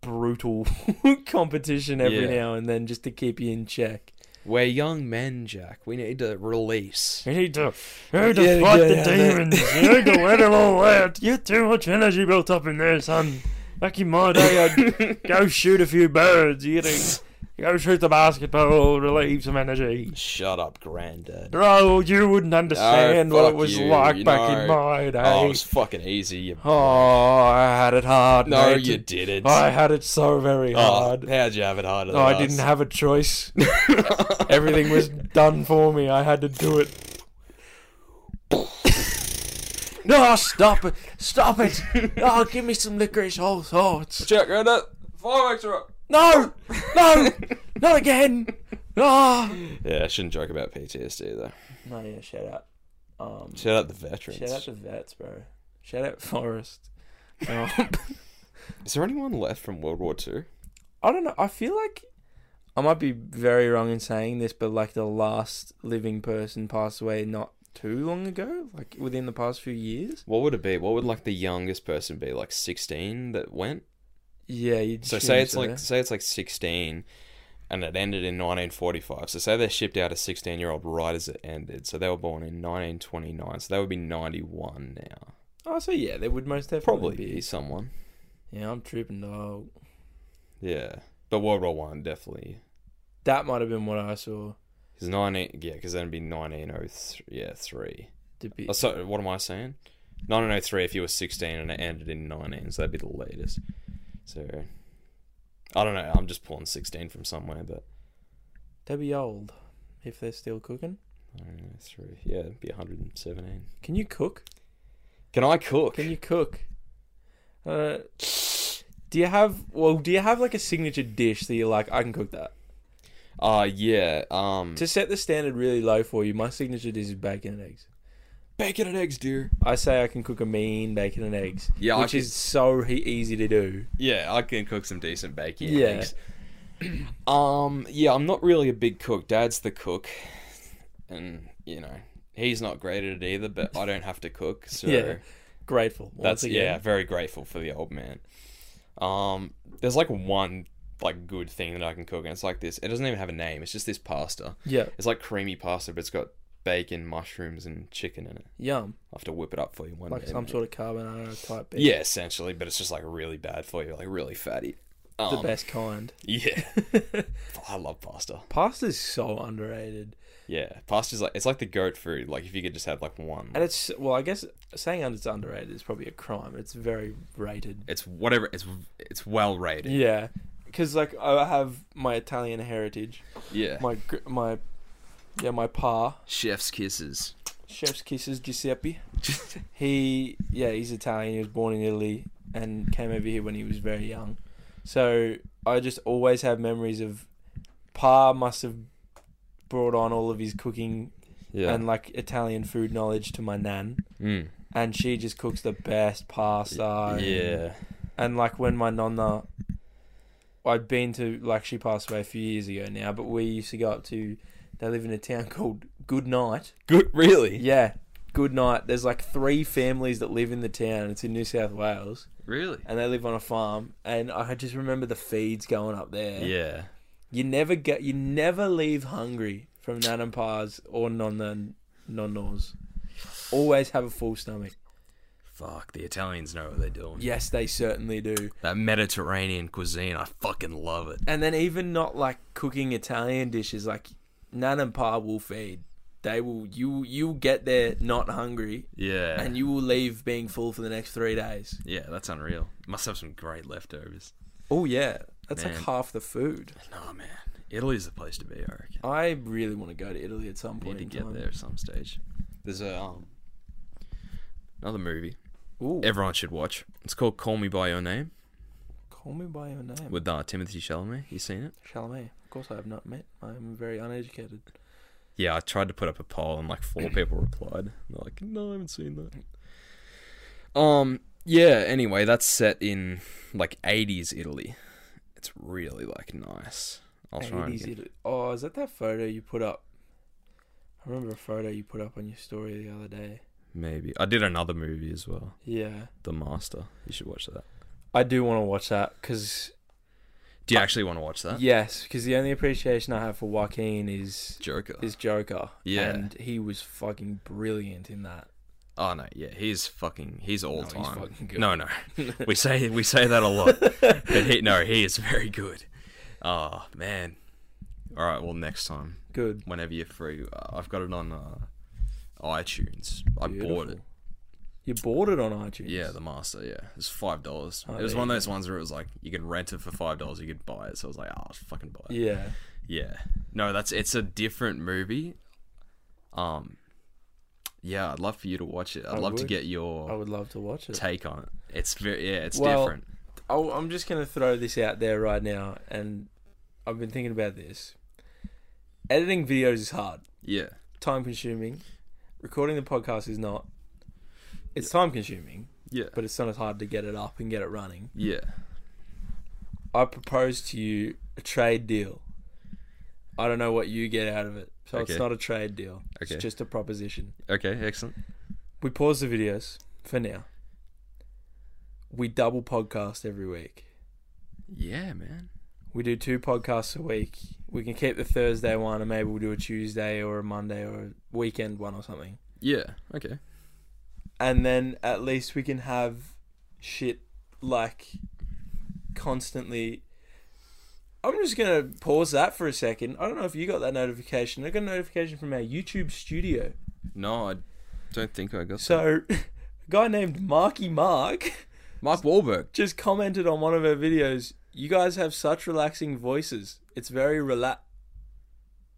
brutal competition every
Yeah.
now and then, just to keep you in check.
We're young men, Jack. We need to release.
You need to,
you need to Yeah, fight the yeah, yeah. demons. You need to let 'em all out.
You too much energy built up in there, son. Back in my day, I'd go shoot a few birds. You gotta go shoot the basketball, relieve some energy.
Shut up, granddad.
Bro, you wouldn't understand what it
Oh, fuck
was
you,
like
you
back
know.
in my day.
Oh, it was fucking easy. You...
Oh, I had it hard.
no,
mate.
you didn't.
I had it so very
Oh,
hard.
how'd you have it harder?
No,
than
I
us?
didn't have a choice. Everything was done for me. I had to do it. no, stop it. Stop it. Oh, give me some licorice whole sorts.
Check, granddad. Five extra.
No! No! Not again! Ah!
Yeah, I shouldn't joke about PTSD though.
No, yeah, shout out. Um,
Shout out the veterans.
Shout out to vets, bro. Shout out Forrest. Um,
Is there anyone left from World War Two?
I don't know. I feel like I might be very wrong in saying this, but like the last living person passed away not too long ago, like within the past few years.
What would it be? What would like the youngest person be? Like sixteen that went.
Yeah, you
So say it's like say it's like sixteen, and it ended in nineteen forty five. So say they shipped out a sixteen year old right as it ended. So they were born in nineteen twenty nine. So they would be ninety one now.
oh, so yeah, there would most definitely
Probably be someone.
Yeah, I'm tripping dog.
Yeah, but World War One definitely
That might have been what I saw.
It's 19, yeah, because then it'd be 1903, yeah, 3.
To be,
Oh, so, what am I saying? 1903 if you were 16 and it ended in 19, so that'd be the latest. So, I don't know, I'm just pulling 16 from somewhere, but
they'd be old if they're still cooking.
1903, yeah, it'd be 117.
Can you cook?
Can I cook?
Can you cook? Uh, do you have well? Do you have like a signature dish that you're like I can cook that?
Uh, yeah, um,
To set the standard really low for you, my signature dish is bacon and eggs.
bacon and eggs, dear.
I say I can cook a mean bacon and eggs,
Yeah, I
which
can-
is so he- easy to do.
Yeah, I can cook some decent bacon.
Yeah.
eggs. um. Yeah, I'm not really a big cook. Dad's the cook, and you know he's not great at it either. But I don't have to cook, so
Yeah, Grateful. Once
that's yeah.
again.
Very grateful for the old man. Um. There's like one like good thing that I can cook, and it's like this. It doesn't even have a name. It's just this pasta.
Yeah.
It's like creamy pasta, but it's got bacon, mushrooms, and chicken in it.
Yum.
I'll have to whip it up for you one
Like
day.
some
mate.
sort of carbonara type. Bit.
Yeah, essentially, but it's just like really bad for you, like really fatty.
The
Um,
best kind.
Yeah, I love pasta.
Pasta's so underrated.
Yeah, pasta's like it's like the goat food. Like if you could just have like one,
And it's, well, I guess saying it's underrated is probably a crime. It's very rated.
it's whatever. It's it's well rated.
Yeah. Because, like, I have my Italian heritage.
Yeah,
My, gr- my, yeah, my pa,
chef's kisses.
Chef's Kisses Giuseppe. He, yeah, he's Italian. He was born in Italy and came over here when he was very young. So I just always have memories of Pa must have brought on all of his cooking
yeah,
and like Italian food knowledge to my nan,
mm.
and she just cooks the best pasta. and-
yeah,
and like when my nonna I'd been to like she passed away a few years ago now, but we used to go up to they live in a town called Goodnight.
good. Really,
Yeah. Goodnight. There's like three families that live in the town. It's in New South Wales.
really.
And they live on a farm and I just remember the feeds going up there.
Yeah,
You never get you never leave hungry from Nan and Pa's or nonna nonnos. Always have a full stomach.
fuck. The Italians know what they're doing.
Yes, they certainly do.
That Mediterranean cuisine, I fucking love it.
And then even not like cooking Italian dishes, like Nan and Pa will feed. They will you you get there not hungry,
Yeah,
and you will leave being full for the next three days.
yeah, that's unreal. Must have some great leftovers.
Oh yeah, that's
Man.
like half the food.
Nah, man, Italy's the place to be. I reckon.
I really want to go to Italy at some
Need
point.
to
in
get
time.
there at some stage. There's a um, another movie
Ooh,
everyone should watch. It's called Call Me by Your Name
call me by your name,
with uh, Timothy Chalamet. You seen it?
Chalamet. Of course, I have not met. I am very uneducated.
Yeah, I tried to put up a poll and like four people replied. They're like, no, I haven't seen that. Um, yeah. Anyway, that's set in like '80s Italy. It's really like nice. I'll try. And
80s
get...
Italy. Oh, is that that photo you put up? I remember a photo you put up on your story the other day.
Maybe I did another movie as well,
Yeah,
The Master. You should watch that.
I do want to watch that because.
Do you actually want to watch that?
Yes, because the only appreciation I have for Joaquin is
Joker.
is Joker.
Yeah.
and he was fucking brilliant in that.
Oh no, yeah, he's fucking, he's all
No, he's
time.
fucking good.
No, no, we say we say that a lot, but he, no, he is very good. Oh man. All right, well next time,
Good.
whenever you're free, uh, I've got it on uh, iTunes. I bought it.
Beautiful. You bought it on iTunes.
Yeah, the master. Yeah, it was five dollars.
Oh,
it was
there
one of
you
those ones where it was like you could rent it for five dollars, you could buy it. So I was like, oh, I'll fucking buy it.
yeah.
Yeah. No, that's it's a different movie. Um, yeah, I'd love for you to watch it. I'd
I
love to
would.
get
I
your
would love to watch it.
take on it. It's very yeah, it's
Well,
different.
Oh, I'm just gonna throw this out there right now, and I've been thinking about this. Editing videos is hard,
Yeah,
time consuming. Recording the podcast is not. It's time consuming,
yeah,
but it's not as hard to get it up and get it running.
yeah.
I propose to you a trade deal. I don't know what you get out of it. So
Okay.
it's not a trade deal.
Okay.
It's just a proposition.
Okay, excellent.
We pause the videos for now. We double podcast every week.
Yeah, man.
We do two podcasts a week. We can keep the Thursday one and maybe we'll do a Tuesday or a Monday or a weekend one or something.
Yeah, okay.
And then at least we can have shit like constantly I'm just gonna pause that for a second. I don't know if you got that notification. I got a notification from our YouTube studio.
No, I don't think I got that.
So, a guy named Marky Mark
Mark Wahlberg.
just commented on one of our videos. You guys have such relaxing voices. It's very relax.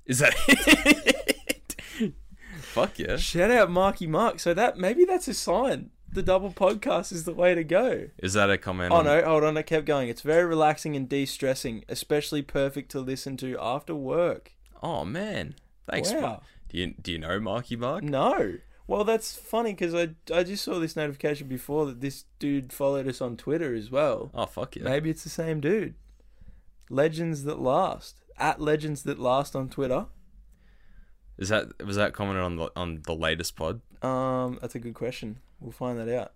Is that it? Fuck yeah.
Shout out Marky Mark. So that maybe that's a sign. The double podcast is the way to go.
Is that a comment?
Oh
on-
no, hold on, it kept going. It's very relaxing and de stressing, especially perfect to listen to after work.
Oh man. Thanks.
Wow.
Mar- Do you do you know Marky Mark?
No. Well, that's funny because I, I just saw this notification before that this dude followed us on Twitter as well.
Oh fuck yeah.
Maybe it's the same dude. Legends that last at Legends that last on Twitter.
Is that was that commented on the on the latest pod?
Um, that's a good question. We'll find that out.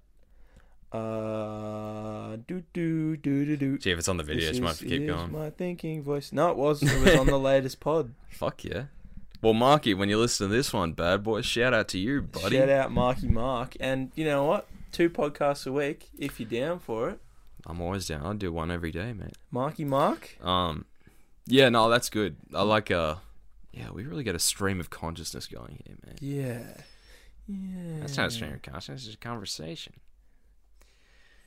Uh, do do do do do.
Gee, if it's on the video, you might have to keep
is
going.
My thinking voice. No, it was. It was on the latest pod.
Fuck yeah. Well, Marky, when you listen to this one, bad boy, shout out to you, buddy.
Shout out Marky Mark. And you know what? Two podcasts a week if you're down for it.
I'm always down. I do one every day, mate.
Marky Mark.
Um, yeah, no, that's good. I like uh, yeah, we really get a stream of consciousness going here, man.
Yeah. Yeah.
That's not a stream of consciousness; it's just a conversation.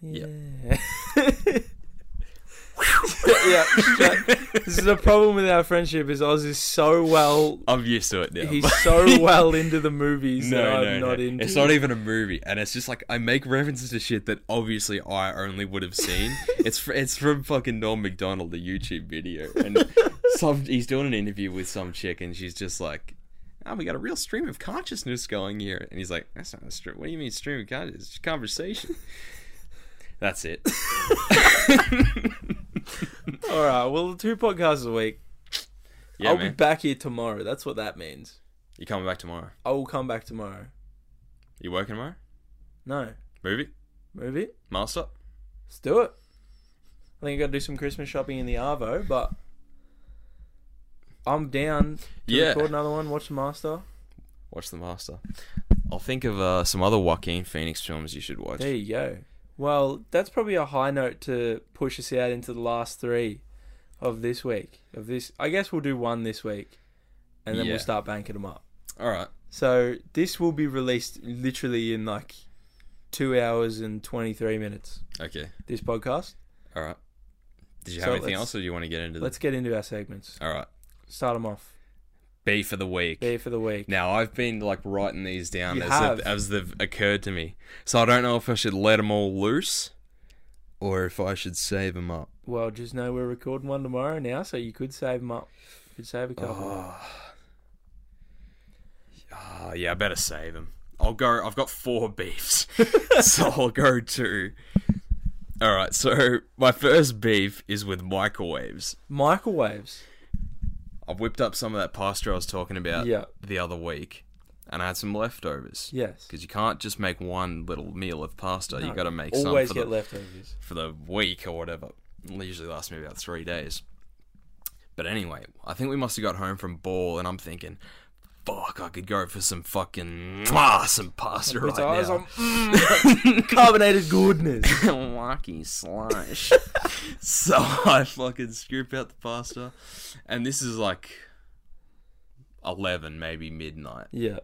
Yeah. yeah. This is the problem with our friendship is Oz is so well
I'm used to it now.
he's so well into the movies that
no,
I'm
no,
not
no.
into.
It's not e- even a movie, and it's just like I make references to shit that obviously I only would have seen. it's fr- it's from fucking Norm Macdonald, the YouTube video, and some he's doing an interview with some chick, and she's just like, "Oh, we got a real stream of consciousness going here," and he's like, "That's not a stream. What do you mean stream of consciousness? It's just conversation." That's it.
All right. Well, two podcasts a week.
yeah,
I'll
man.
be back here tomorrow. That's what that means.
You coming back tomorrow?
I will come back tomorrow.
You working tomorrow?
No.
Movie?
Move it.
Master?
Let's do it. I think I gotta do some Christmas shopping in the Arvo, but I'm down to
Yeah.
record another one, watch the master.
Watch the master. I'll think of uh, some other Joaquin Phoenix films you should watch.
There you go. Well, that's probably a high note to push us out into the last three of this week. Of this I guess we'll do one this week and then
Yeah.
we'll start banking them up.
All right.
So this will be released literally in like two hours and twenty three minutes.
Okay.
This podcast.
All right. Did you
So
have anything
let's-
else, or do you want to get into? The...
Let's get into our segments.
All right.
Start them off.
B for the week.
Beer for the week.
Now I've been like writing these down
You
as
have.
They've, as they've occurred to me, so I don't know if I should let them all loose, or if I should save them up.
Well, just know we're recording one tomorrow now, so you could save them up. You could save a couple.
Oh. Ah, yeah, I better save them. I'll go. I've got four beefs, so I'll go two. All right. So my first beef is with microwaves.
Microwaves.
I've whipped up some of that pasta I was talking about
Yeah.
the other week, and I had some leftovers.
Yes.
because you can't just make one little meal of pasta. you
No,
got to make some
Always
for
get
the,
leftovers.
for the week or whatever. It usually lasts me about three days. But anyway, I think we must have got home from ball, and I'm thinking, fuck, I could go for some fucking mwah, some pasta right
It's always
now.
on- Mm, carbonated goodness.
Milwaukee slush. so I fucking scoop out the pasta, and this is like eleven, maybe midnight.
Yeah.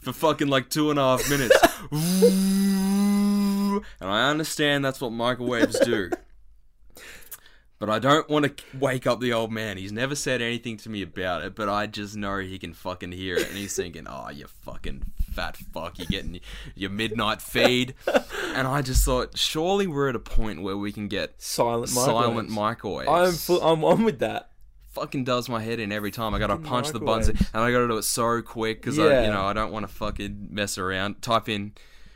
For fucking like two and a half minutes. and I understand that's what microwaves do. But I don't want to wake up the old man. He's never said anything to me about it, but I just know he can fucking hear it. And he's thinking, oh, you fucking fat fuck, you're getting your midnight feed. And I just thought, surely we're at a point where we can get
Silent microwaves.
silent microwaves.
I'm full, I'm on with that.
fucking does my head in every time. I gotta
Fucking
punch the buttons in,
microwaves.
and I gotta do it so quick because I,
Yeah.
you know, I don't want to fucking mess around. Type in,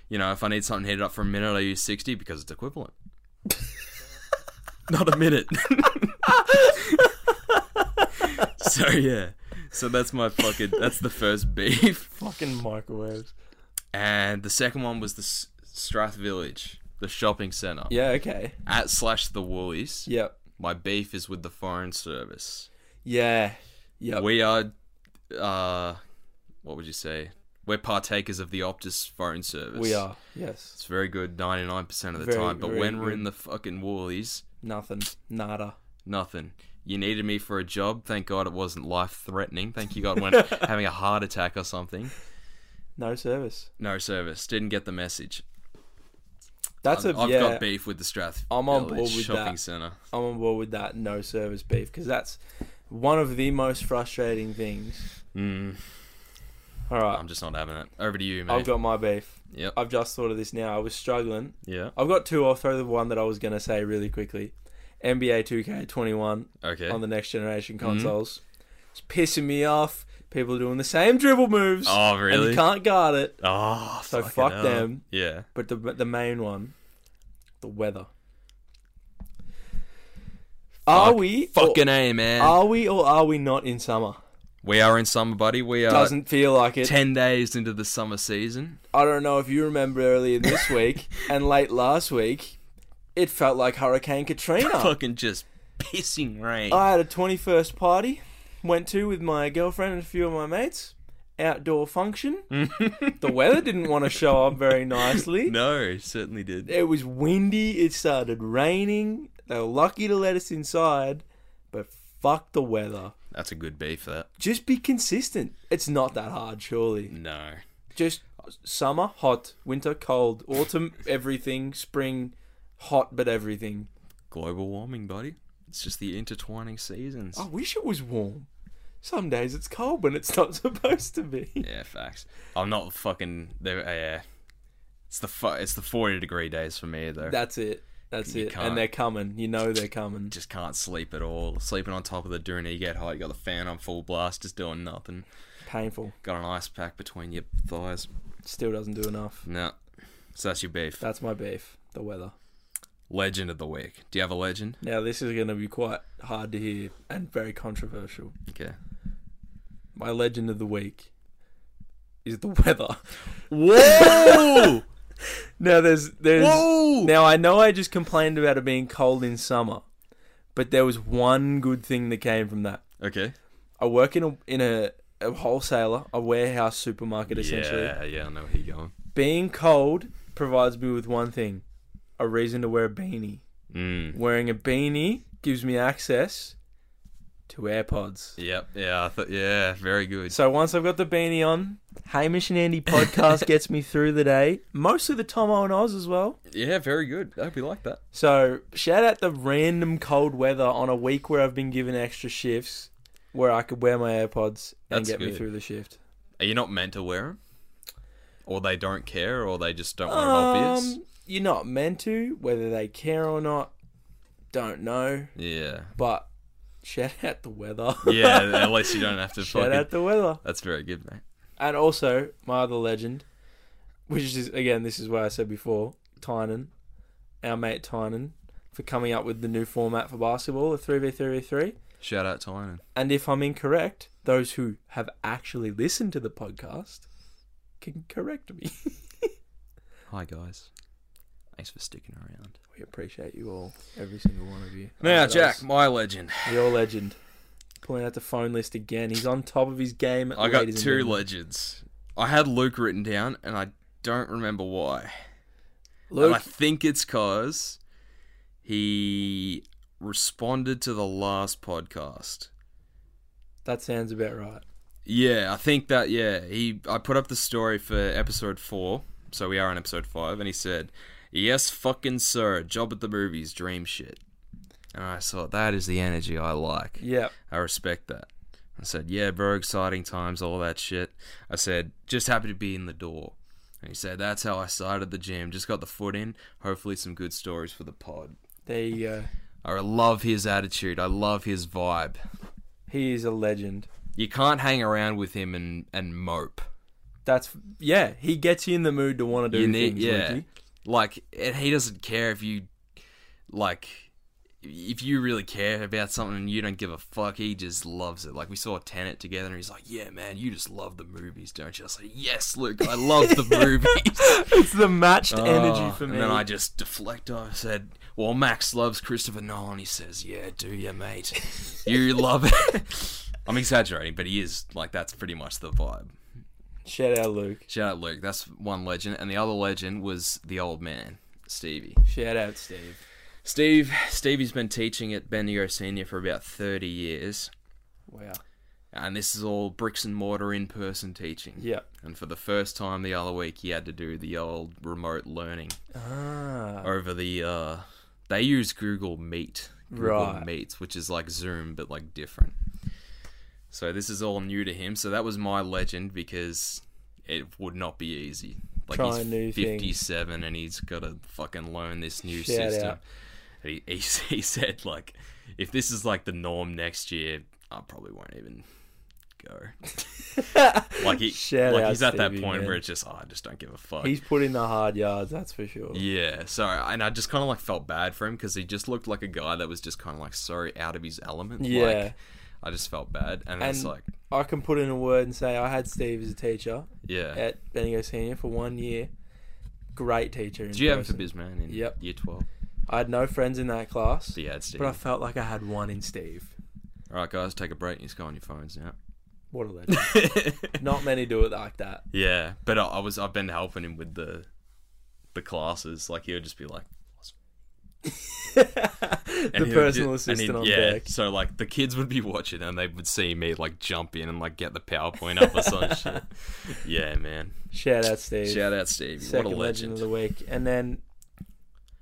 you know, if I need something heated up for a minute, I use sixty because it's equivalent. Not a minute. so yeah, so that's my fucking. That's the first beef.
Fucking microwaves.
And the second one was the S- Strath Village, the shopping center
Yeah. Okay.
at slash the Woolies.
Yep.
My beef is with the foreign service.
Yeah. Yep.
We are uh, what would you say? We're partakers of the Optus phone service.
We are. Yes.
It's very good 99% of the
Very,
time, but
very
when we're
good.
in the fucking Woolies,
Nothing. Nada.
nothing. You needed me for a job. Thank God it wasn't life threatening. Thank you God when having a heart attack or something.
No service.
No service. Didn't get the message.
That's
I've,
a
I've
yeah.
got beef with the Strath.
I'm on
Village
board with
shopping
that.
centre.
I'm on board with that no service beef because that's one of the most frustrating things.
Mm,
All right.
I'm just not having it. Over to you, mate.
I've got my beef.
Yep.
I've just thought of this now. I was struggling.
Yeah.
I've got two. I'll throw the one that I was going to say really quickly. NBA 2K21
Okay.
on the next
Mm-hmm.
generation consoles. It's pissing me off. People are doing the same dribble moves.
Oh,
And
really?
you can't guard it.
Oh,
So
fucking
fuck
hell.
them.
Yeah.
But the the main one, the weather. Are we
Fucking A, man.
Or, are we or are we not in summer?
we are in summer, buddy. We are
Doesn't feel like it.
10 days into the summer season.
I don't know if you remember earlier this week and late last week, it felt like Hurricane Katrina.
Fucking just pissing rain.
I had a 21st party, went to with my girlfriend and a few of my mates. Outdoor function. the weather didn't want to show up very nicely.
no, it certainly did.
It was windy. It started raining. They were lucky to let us inside, but fuck the weather.
That's a good beef, that.
Just be consistent. It's not that hard, surely.
No.
Just summer hot, winter cold, autumn everything, spring hot but everything.
Global warming, buddy. It's just the intertwining seasons.
I wish it was warm. Some days it's cold when it's not supposed to be.
Yeah, facts. I'm not fucking. There, uh, yeah. It's the fu- It's the 40 degree days for me though.
That's it. That's
You
it.
can't.
And they're coming. You know they're coming.
just can't sleep at all. Sleeping on top of the doona, you get hot. You got the fan on full blast, just doing nothing.
Painful.
Got an ice pack between your thighs.
Still doesn't do enough.
No. So that's your beef.
That's my beef. The weather.
Legend of the week. Do you have a legend?
Now this is going to be quite hard to hear and very controversial.
Okay.
My legend of the week is the weather.
Whoa!
Now there's there's
Whoa!
now I know I just complained about it being cold in summer, but there was one good thing that came from that.
okay.
I work in a in a, a wholesaler, a warehouse supermarket essentially.
Yeah, yeah, I know where you're going.
Being cold provides me with one thing, a reason to wear a beanie.
Mm.
Wearing a beanie gives me access to AirPods.
Yep. Yeah. I thought. Yeah. Very good.
So once I've got the beanie on, Hamish and Andy podcast gets me through the day. Mostly the Tomo and Oz as well.
Yeah. Very good. I hope you like that.
So shout out the random cold weather on a week where I've been given extra shifts where I could wear my AirPods and
That's
get me
good.
through the shift.
Are you not meant to wear them? Or they don't care, or they just don't want it obvious.
Um, you're not meant to, whether they care or not, don't know.
Yeah.
But shout out the weather.
Yeah. unless you don't have to
shout
fucking.
out the weather.
That's very good, mate.
And also, my other legend, which is, again, this is what I said before, Tynan, our mate Tynan, for coming up with the new format for basketball, the 3v3v3.
Shout out Tynan.
And if I'm incorrect, those who have actually listened to the podcast can correct me.
Hi guys. Thanks for sticking around.
we appreciate you all, every single one of you.
Now,
That
Jack,
was-
my legend.
Your legend. Pulling out the phone list again. He's on top of his game.
I got
ladies and
two
gentlemen.
legends. I had Luke written down, and I don't remember why. And I
Luke,
think it's cause he responded to the last podcast.
that sounds about right.
Yeah, I think that yeah, he I put up the story for episode 4, so we are on episode 5 and he said, "Yes fucking sir, job at the movies, dream shit." And I thought that is the energy I like.
Yeah.
I respect that. I said, Yeah, bro, exciting times, all that shit. I said, Just happy to be in the door. And he said, That's how I started the gym. Just got the foot in. Hopefully, some good stories for the pod.
There you go.
I love his attitude. I love his vibe.
He is a legend.
You can't hang around with him and, and mope.
That's yeah. He gets you in the mood to want to do
You need,
things.
yeah.
Lukey.
Like, and he doesn't care if you, like, if you really care about something and you don't give a fuck, he just loves it. Like, we saw Tenet together and he's like, Yeah, man, you just love the movies, don't you? I was like, Yes, Luke, I love the movies.
It's the matched energy
Oh,
for me.
And then I just deflect off. said, Well, Max loves Christopher Nolan. He says, Yeah, do you, mate? You love it. I'm exaggerating, but he is. Like, that's pretty much the vibe.
Shout out Luke.
Shout out Luke. That's one legend, and the other legend was the old man, Stevie.
Shout out Steve.
Steve. Stevie's been teaching at Bendigo Senior for about thirty years,
Wow.
and this is all bricks and mortar in-person teaching.
Yeah.
And for the first time the other week, he had to do the old remote learning
Ah.
over the. uh They use Google Meet, Google
Right.
Meets, which is like Zoom but like different. So this is all new to him. So that was my legend because it would not be easy. Like
Try new
he's
things.
fifty-seven and he's got to fucking learn this new
Shout
system.
out.
He, he he said like, if this is like the norm next year, I probably won't even go. like he
Shout
like
out
he's at that
Stevie,
point
man.
where it's just oh, I just don't give a fuck.
He's put in the hard yards, that's for sure.
Yeah, sorry, and I just kind of like felt bad for him because he just looked like a guy that was just kind of like sorry out of his element.
Yeah.
like, I just felt bad, and, it's
And-
like,
I can put in a word and say I had Steve as a teacher
yeah.
at Bendigo Senior for one year. Great teacher. in
Did you have him for
person.
biz man in
Yep.
year twelve?
I had no friends in that class,
So yeah, it's Steve.
but I felt like I had one in Steve.
All right, guys, take a break. You just go on your phones now.
What a legend. Not many do it like that.
yeah, but I, I was I've been helping him with the the classes. Like he would just be like. and
the
he would
personal
ju- and he'd-
assistant on
yeah,
deck.
So like the kids would be watching and they would see me like jump in and like get the PowerPoint up or some shit. Yeah, man.
Shout out Steve.
Shout out Steve.
Second
what a legend.
legend. of the week. And then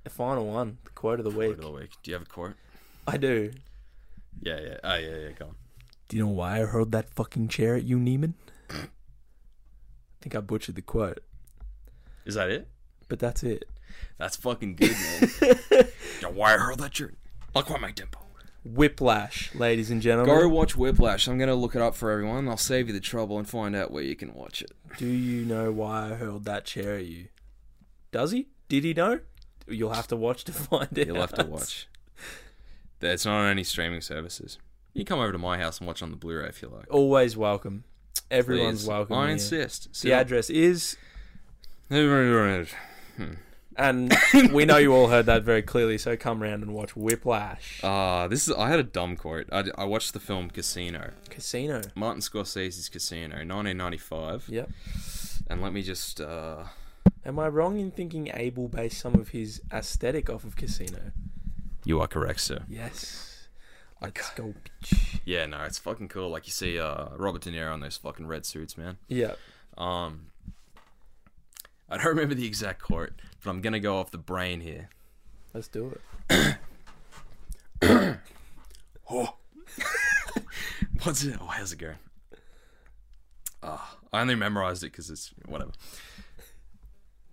the final one, the quote of the
Quote
week.
of the week. Do you have a quote?
I do.
Yeah, yeah. Oh, yeah, yeah. Go on.
Do you know why I hurled that fucking chair at you, Neiman? I think I butchered the quote,
Is that it?
but that's it.
That's fucking good, man. Yo, why I hurled that shirt? Look why my dimple.
Whiplash, ladies and gentlemen.
Go watch Whiplash. I'm gonna look it up for everyone. I'll save you the trouble and find out where you can watch it.
Do you know why I hurled that chair at you? Does he? Did he know? You'll have to watch to find out.
You'll have to watch. It's not on any streaming services. You can come over to my house and watch on the Blu-ray if you like.
Always welcome. Everyone's
Please.
welcome.
I
here.
insist.
The address is,
Ah,
and we know you all heard that very clearly. So come round and watch Whiplash
Uh. Ah, this is. I had a dumb quote. I, I watched the film Casino.
Casino.
Martin Scorsese's Casino, 1995.
Yep.
And let me just. Uh,
Am I wrong in thinking Abel based some of his aesthetic off of Casino?
you are correct, sir.
Yes. Let's go, bitch.
Yeah, no, it's fucking cool. Like you see uh, Robert De Niro in those fucking red suits, man.
Yeah.
Um, I don't remember the exact quote, but I'm gonna go off the brain here.
Let's do it.
What's it? Oh, how's it going? Ah, I only memorized it because it's whatever.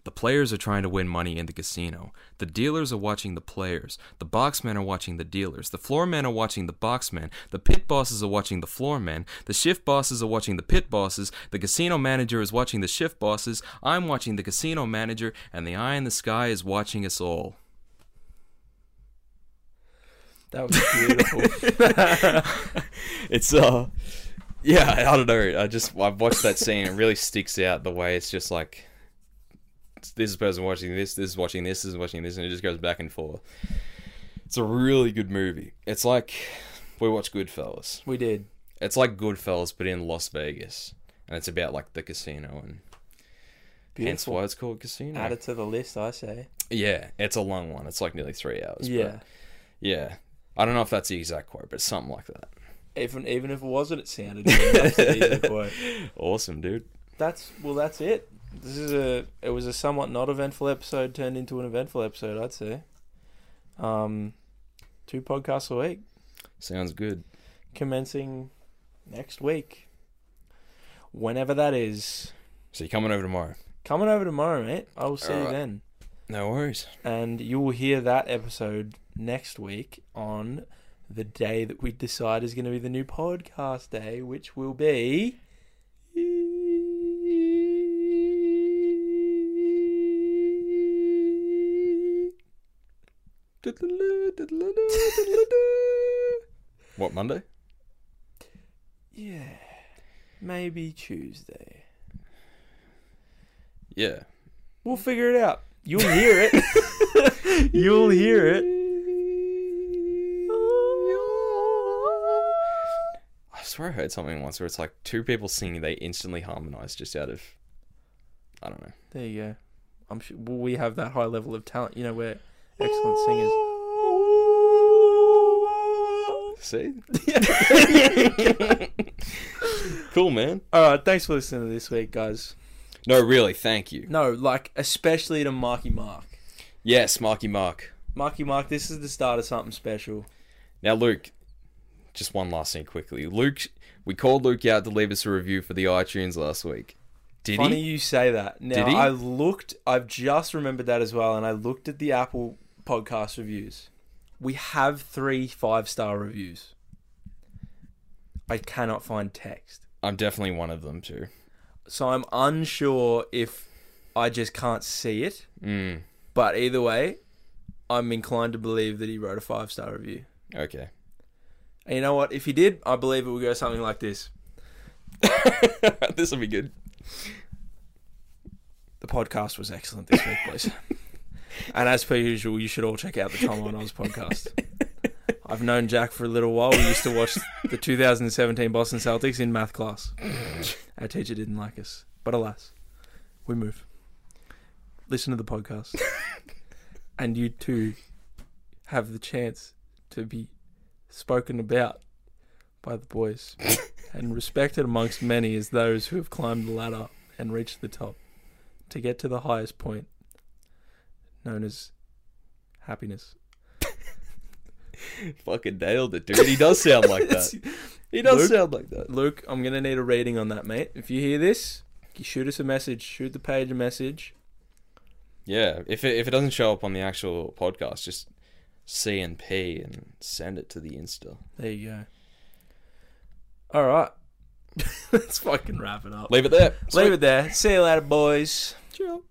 The players are trying to win money in the casino. The dealers are watching the players. The boxmen are watching the dealers. The floor men are watching the boxmen. The pit bosses are watching the floor men. The shift bosses are watching the pit bosses. The casino manager is watching the shift bosses. I'm watching the casino manager, and the eye in the sky is watching us all.
That was beautiful.
It's uh, yeah, I don't know. I just I've watched that scene. It really sticks out the way it's just like this is person watching this, this is watching this, this is watching this, and it just goes back and forth. It's a really good movie. It's like we watch Goodfellas.
we did.
It's like Goodfellas, but in Las Vegas, and it's about like the casino, and hence
Beautiful.
why it's called Casino.
Add it to the list, I say.
yeah, it's a long one. It's like nearly three hours. but
Yeah.
yeah. I don't know if that's the exact quote, but something like that.
Even even if it wasn't, it sounded good. That's the easy quote.
Awesome, dude.
That's well. That's it. This is a. It was a somewhat not eventful episode turned into an eventful episode. I'd say. Um, two podcasts a week,
Sounds good.
commencing next week. Whenever that is,
So you're coming over tomorrow.
coming over tomorrow, mate. I will see you
Alright.
then,
No worries.
and you will hear that episode next week on the day that we decide is going to be the new podcast day, which will be.
What Monday?
Yeah. Maybe Tuesday.
Yeah.
We'll figure it out. You'll hear it. You'll hear it.
I swear I heard something once where it's like two people singing, they instantly harmonize just out of. I don't know.
There you go. I'm sure well, we have that high level of talent. You know, we're excellent singers.
See? cool, man.
All right, thanks for listening to this week, guys.
No, really, thank you.
No, like especially to Marky Mark.
Yes, Marky Mark.
Marky Mark, this is the start of something special.
Now, Luke, just one last thing quickly. Luke, we called Luke out to leave us a review for the iTunes last week. Did
Funny
he?
you say that. Now
Did he?
I looked. I've just remembered that as well, and I looked at the Apple podcast reviews. We have three five star reviews. I cannot find text.
I'm definitely one of them too.
So I'm unsure if I just can't see it.
Mm,
But either way, I'm inclined to believe that he wrote a five star review.
okay.
And you know what? If he did, I believe it would go something like this.
this will be good.
The podcast was excellent this week, boys. and as per usual, you should all check out the Tom on Oz podcast. I've known Jack for a little while. We used to watch the 2017 Boston Celtics in math class. Our teacher didn't like us, but alas, we move. Listen to the podcast, and you too have the chance to be spoken about by the boys and respected amongst many as those who have climbed the ladder and reached the top to get to the highest point known as happiness.
Fucking nailed it, dude. He does sound like that. He does
Luke?
sound like that.
Luke, I'm going to need a rating on that, mate. If you hear this, you shoot us a message. Shoot the page a message.
Yeah. If it, if it doesn't show up on the actual podcast, just C and P and send it to the Insta.
There you go. All right. Let's fucking wrap it up.
Leave it there.
Leave it there. See you later, boys.
Ciao.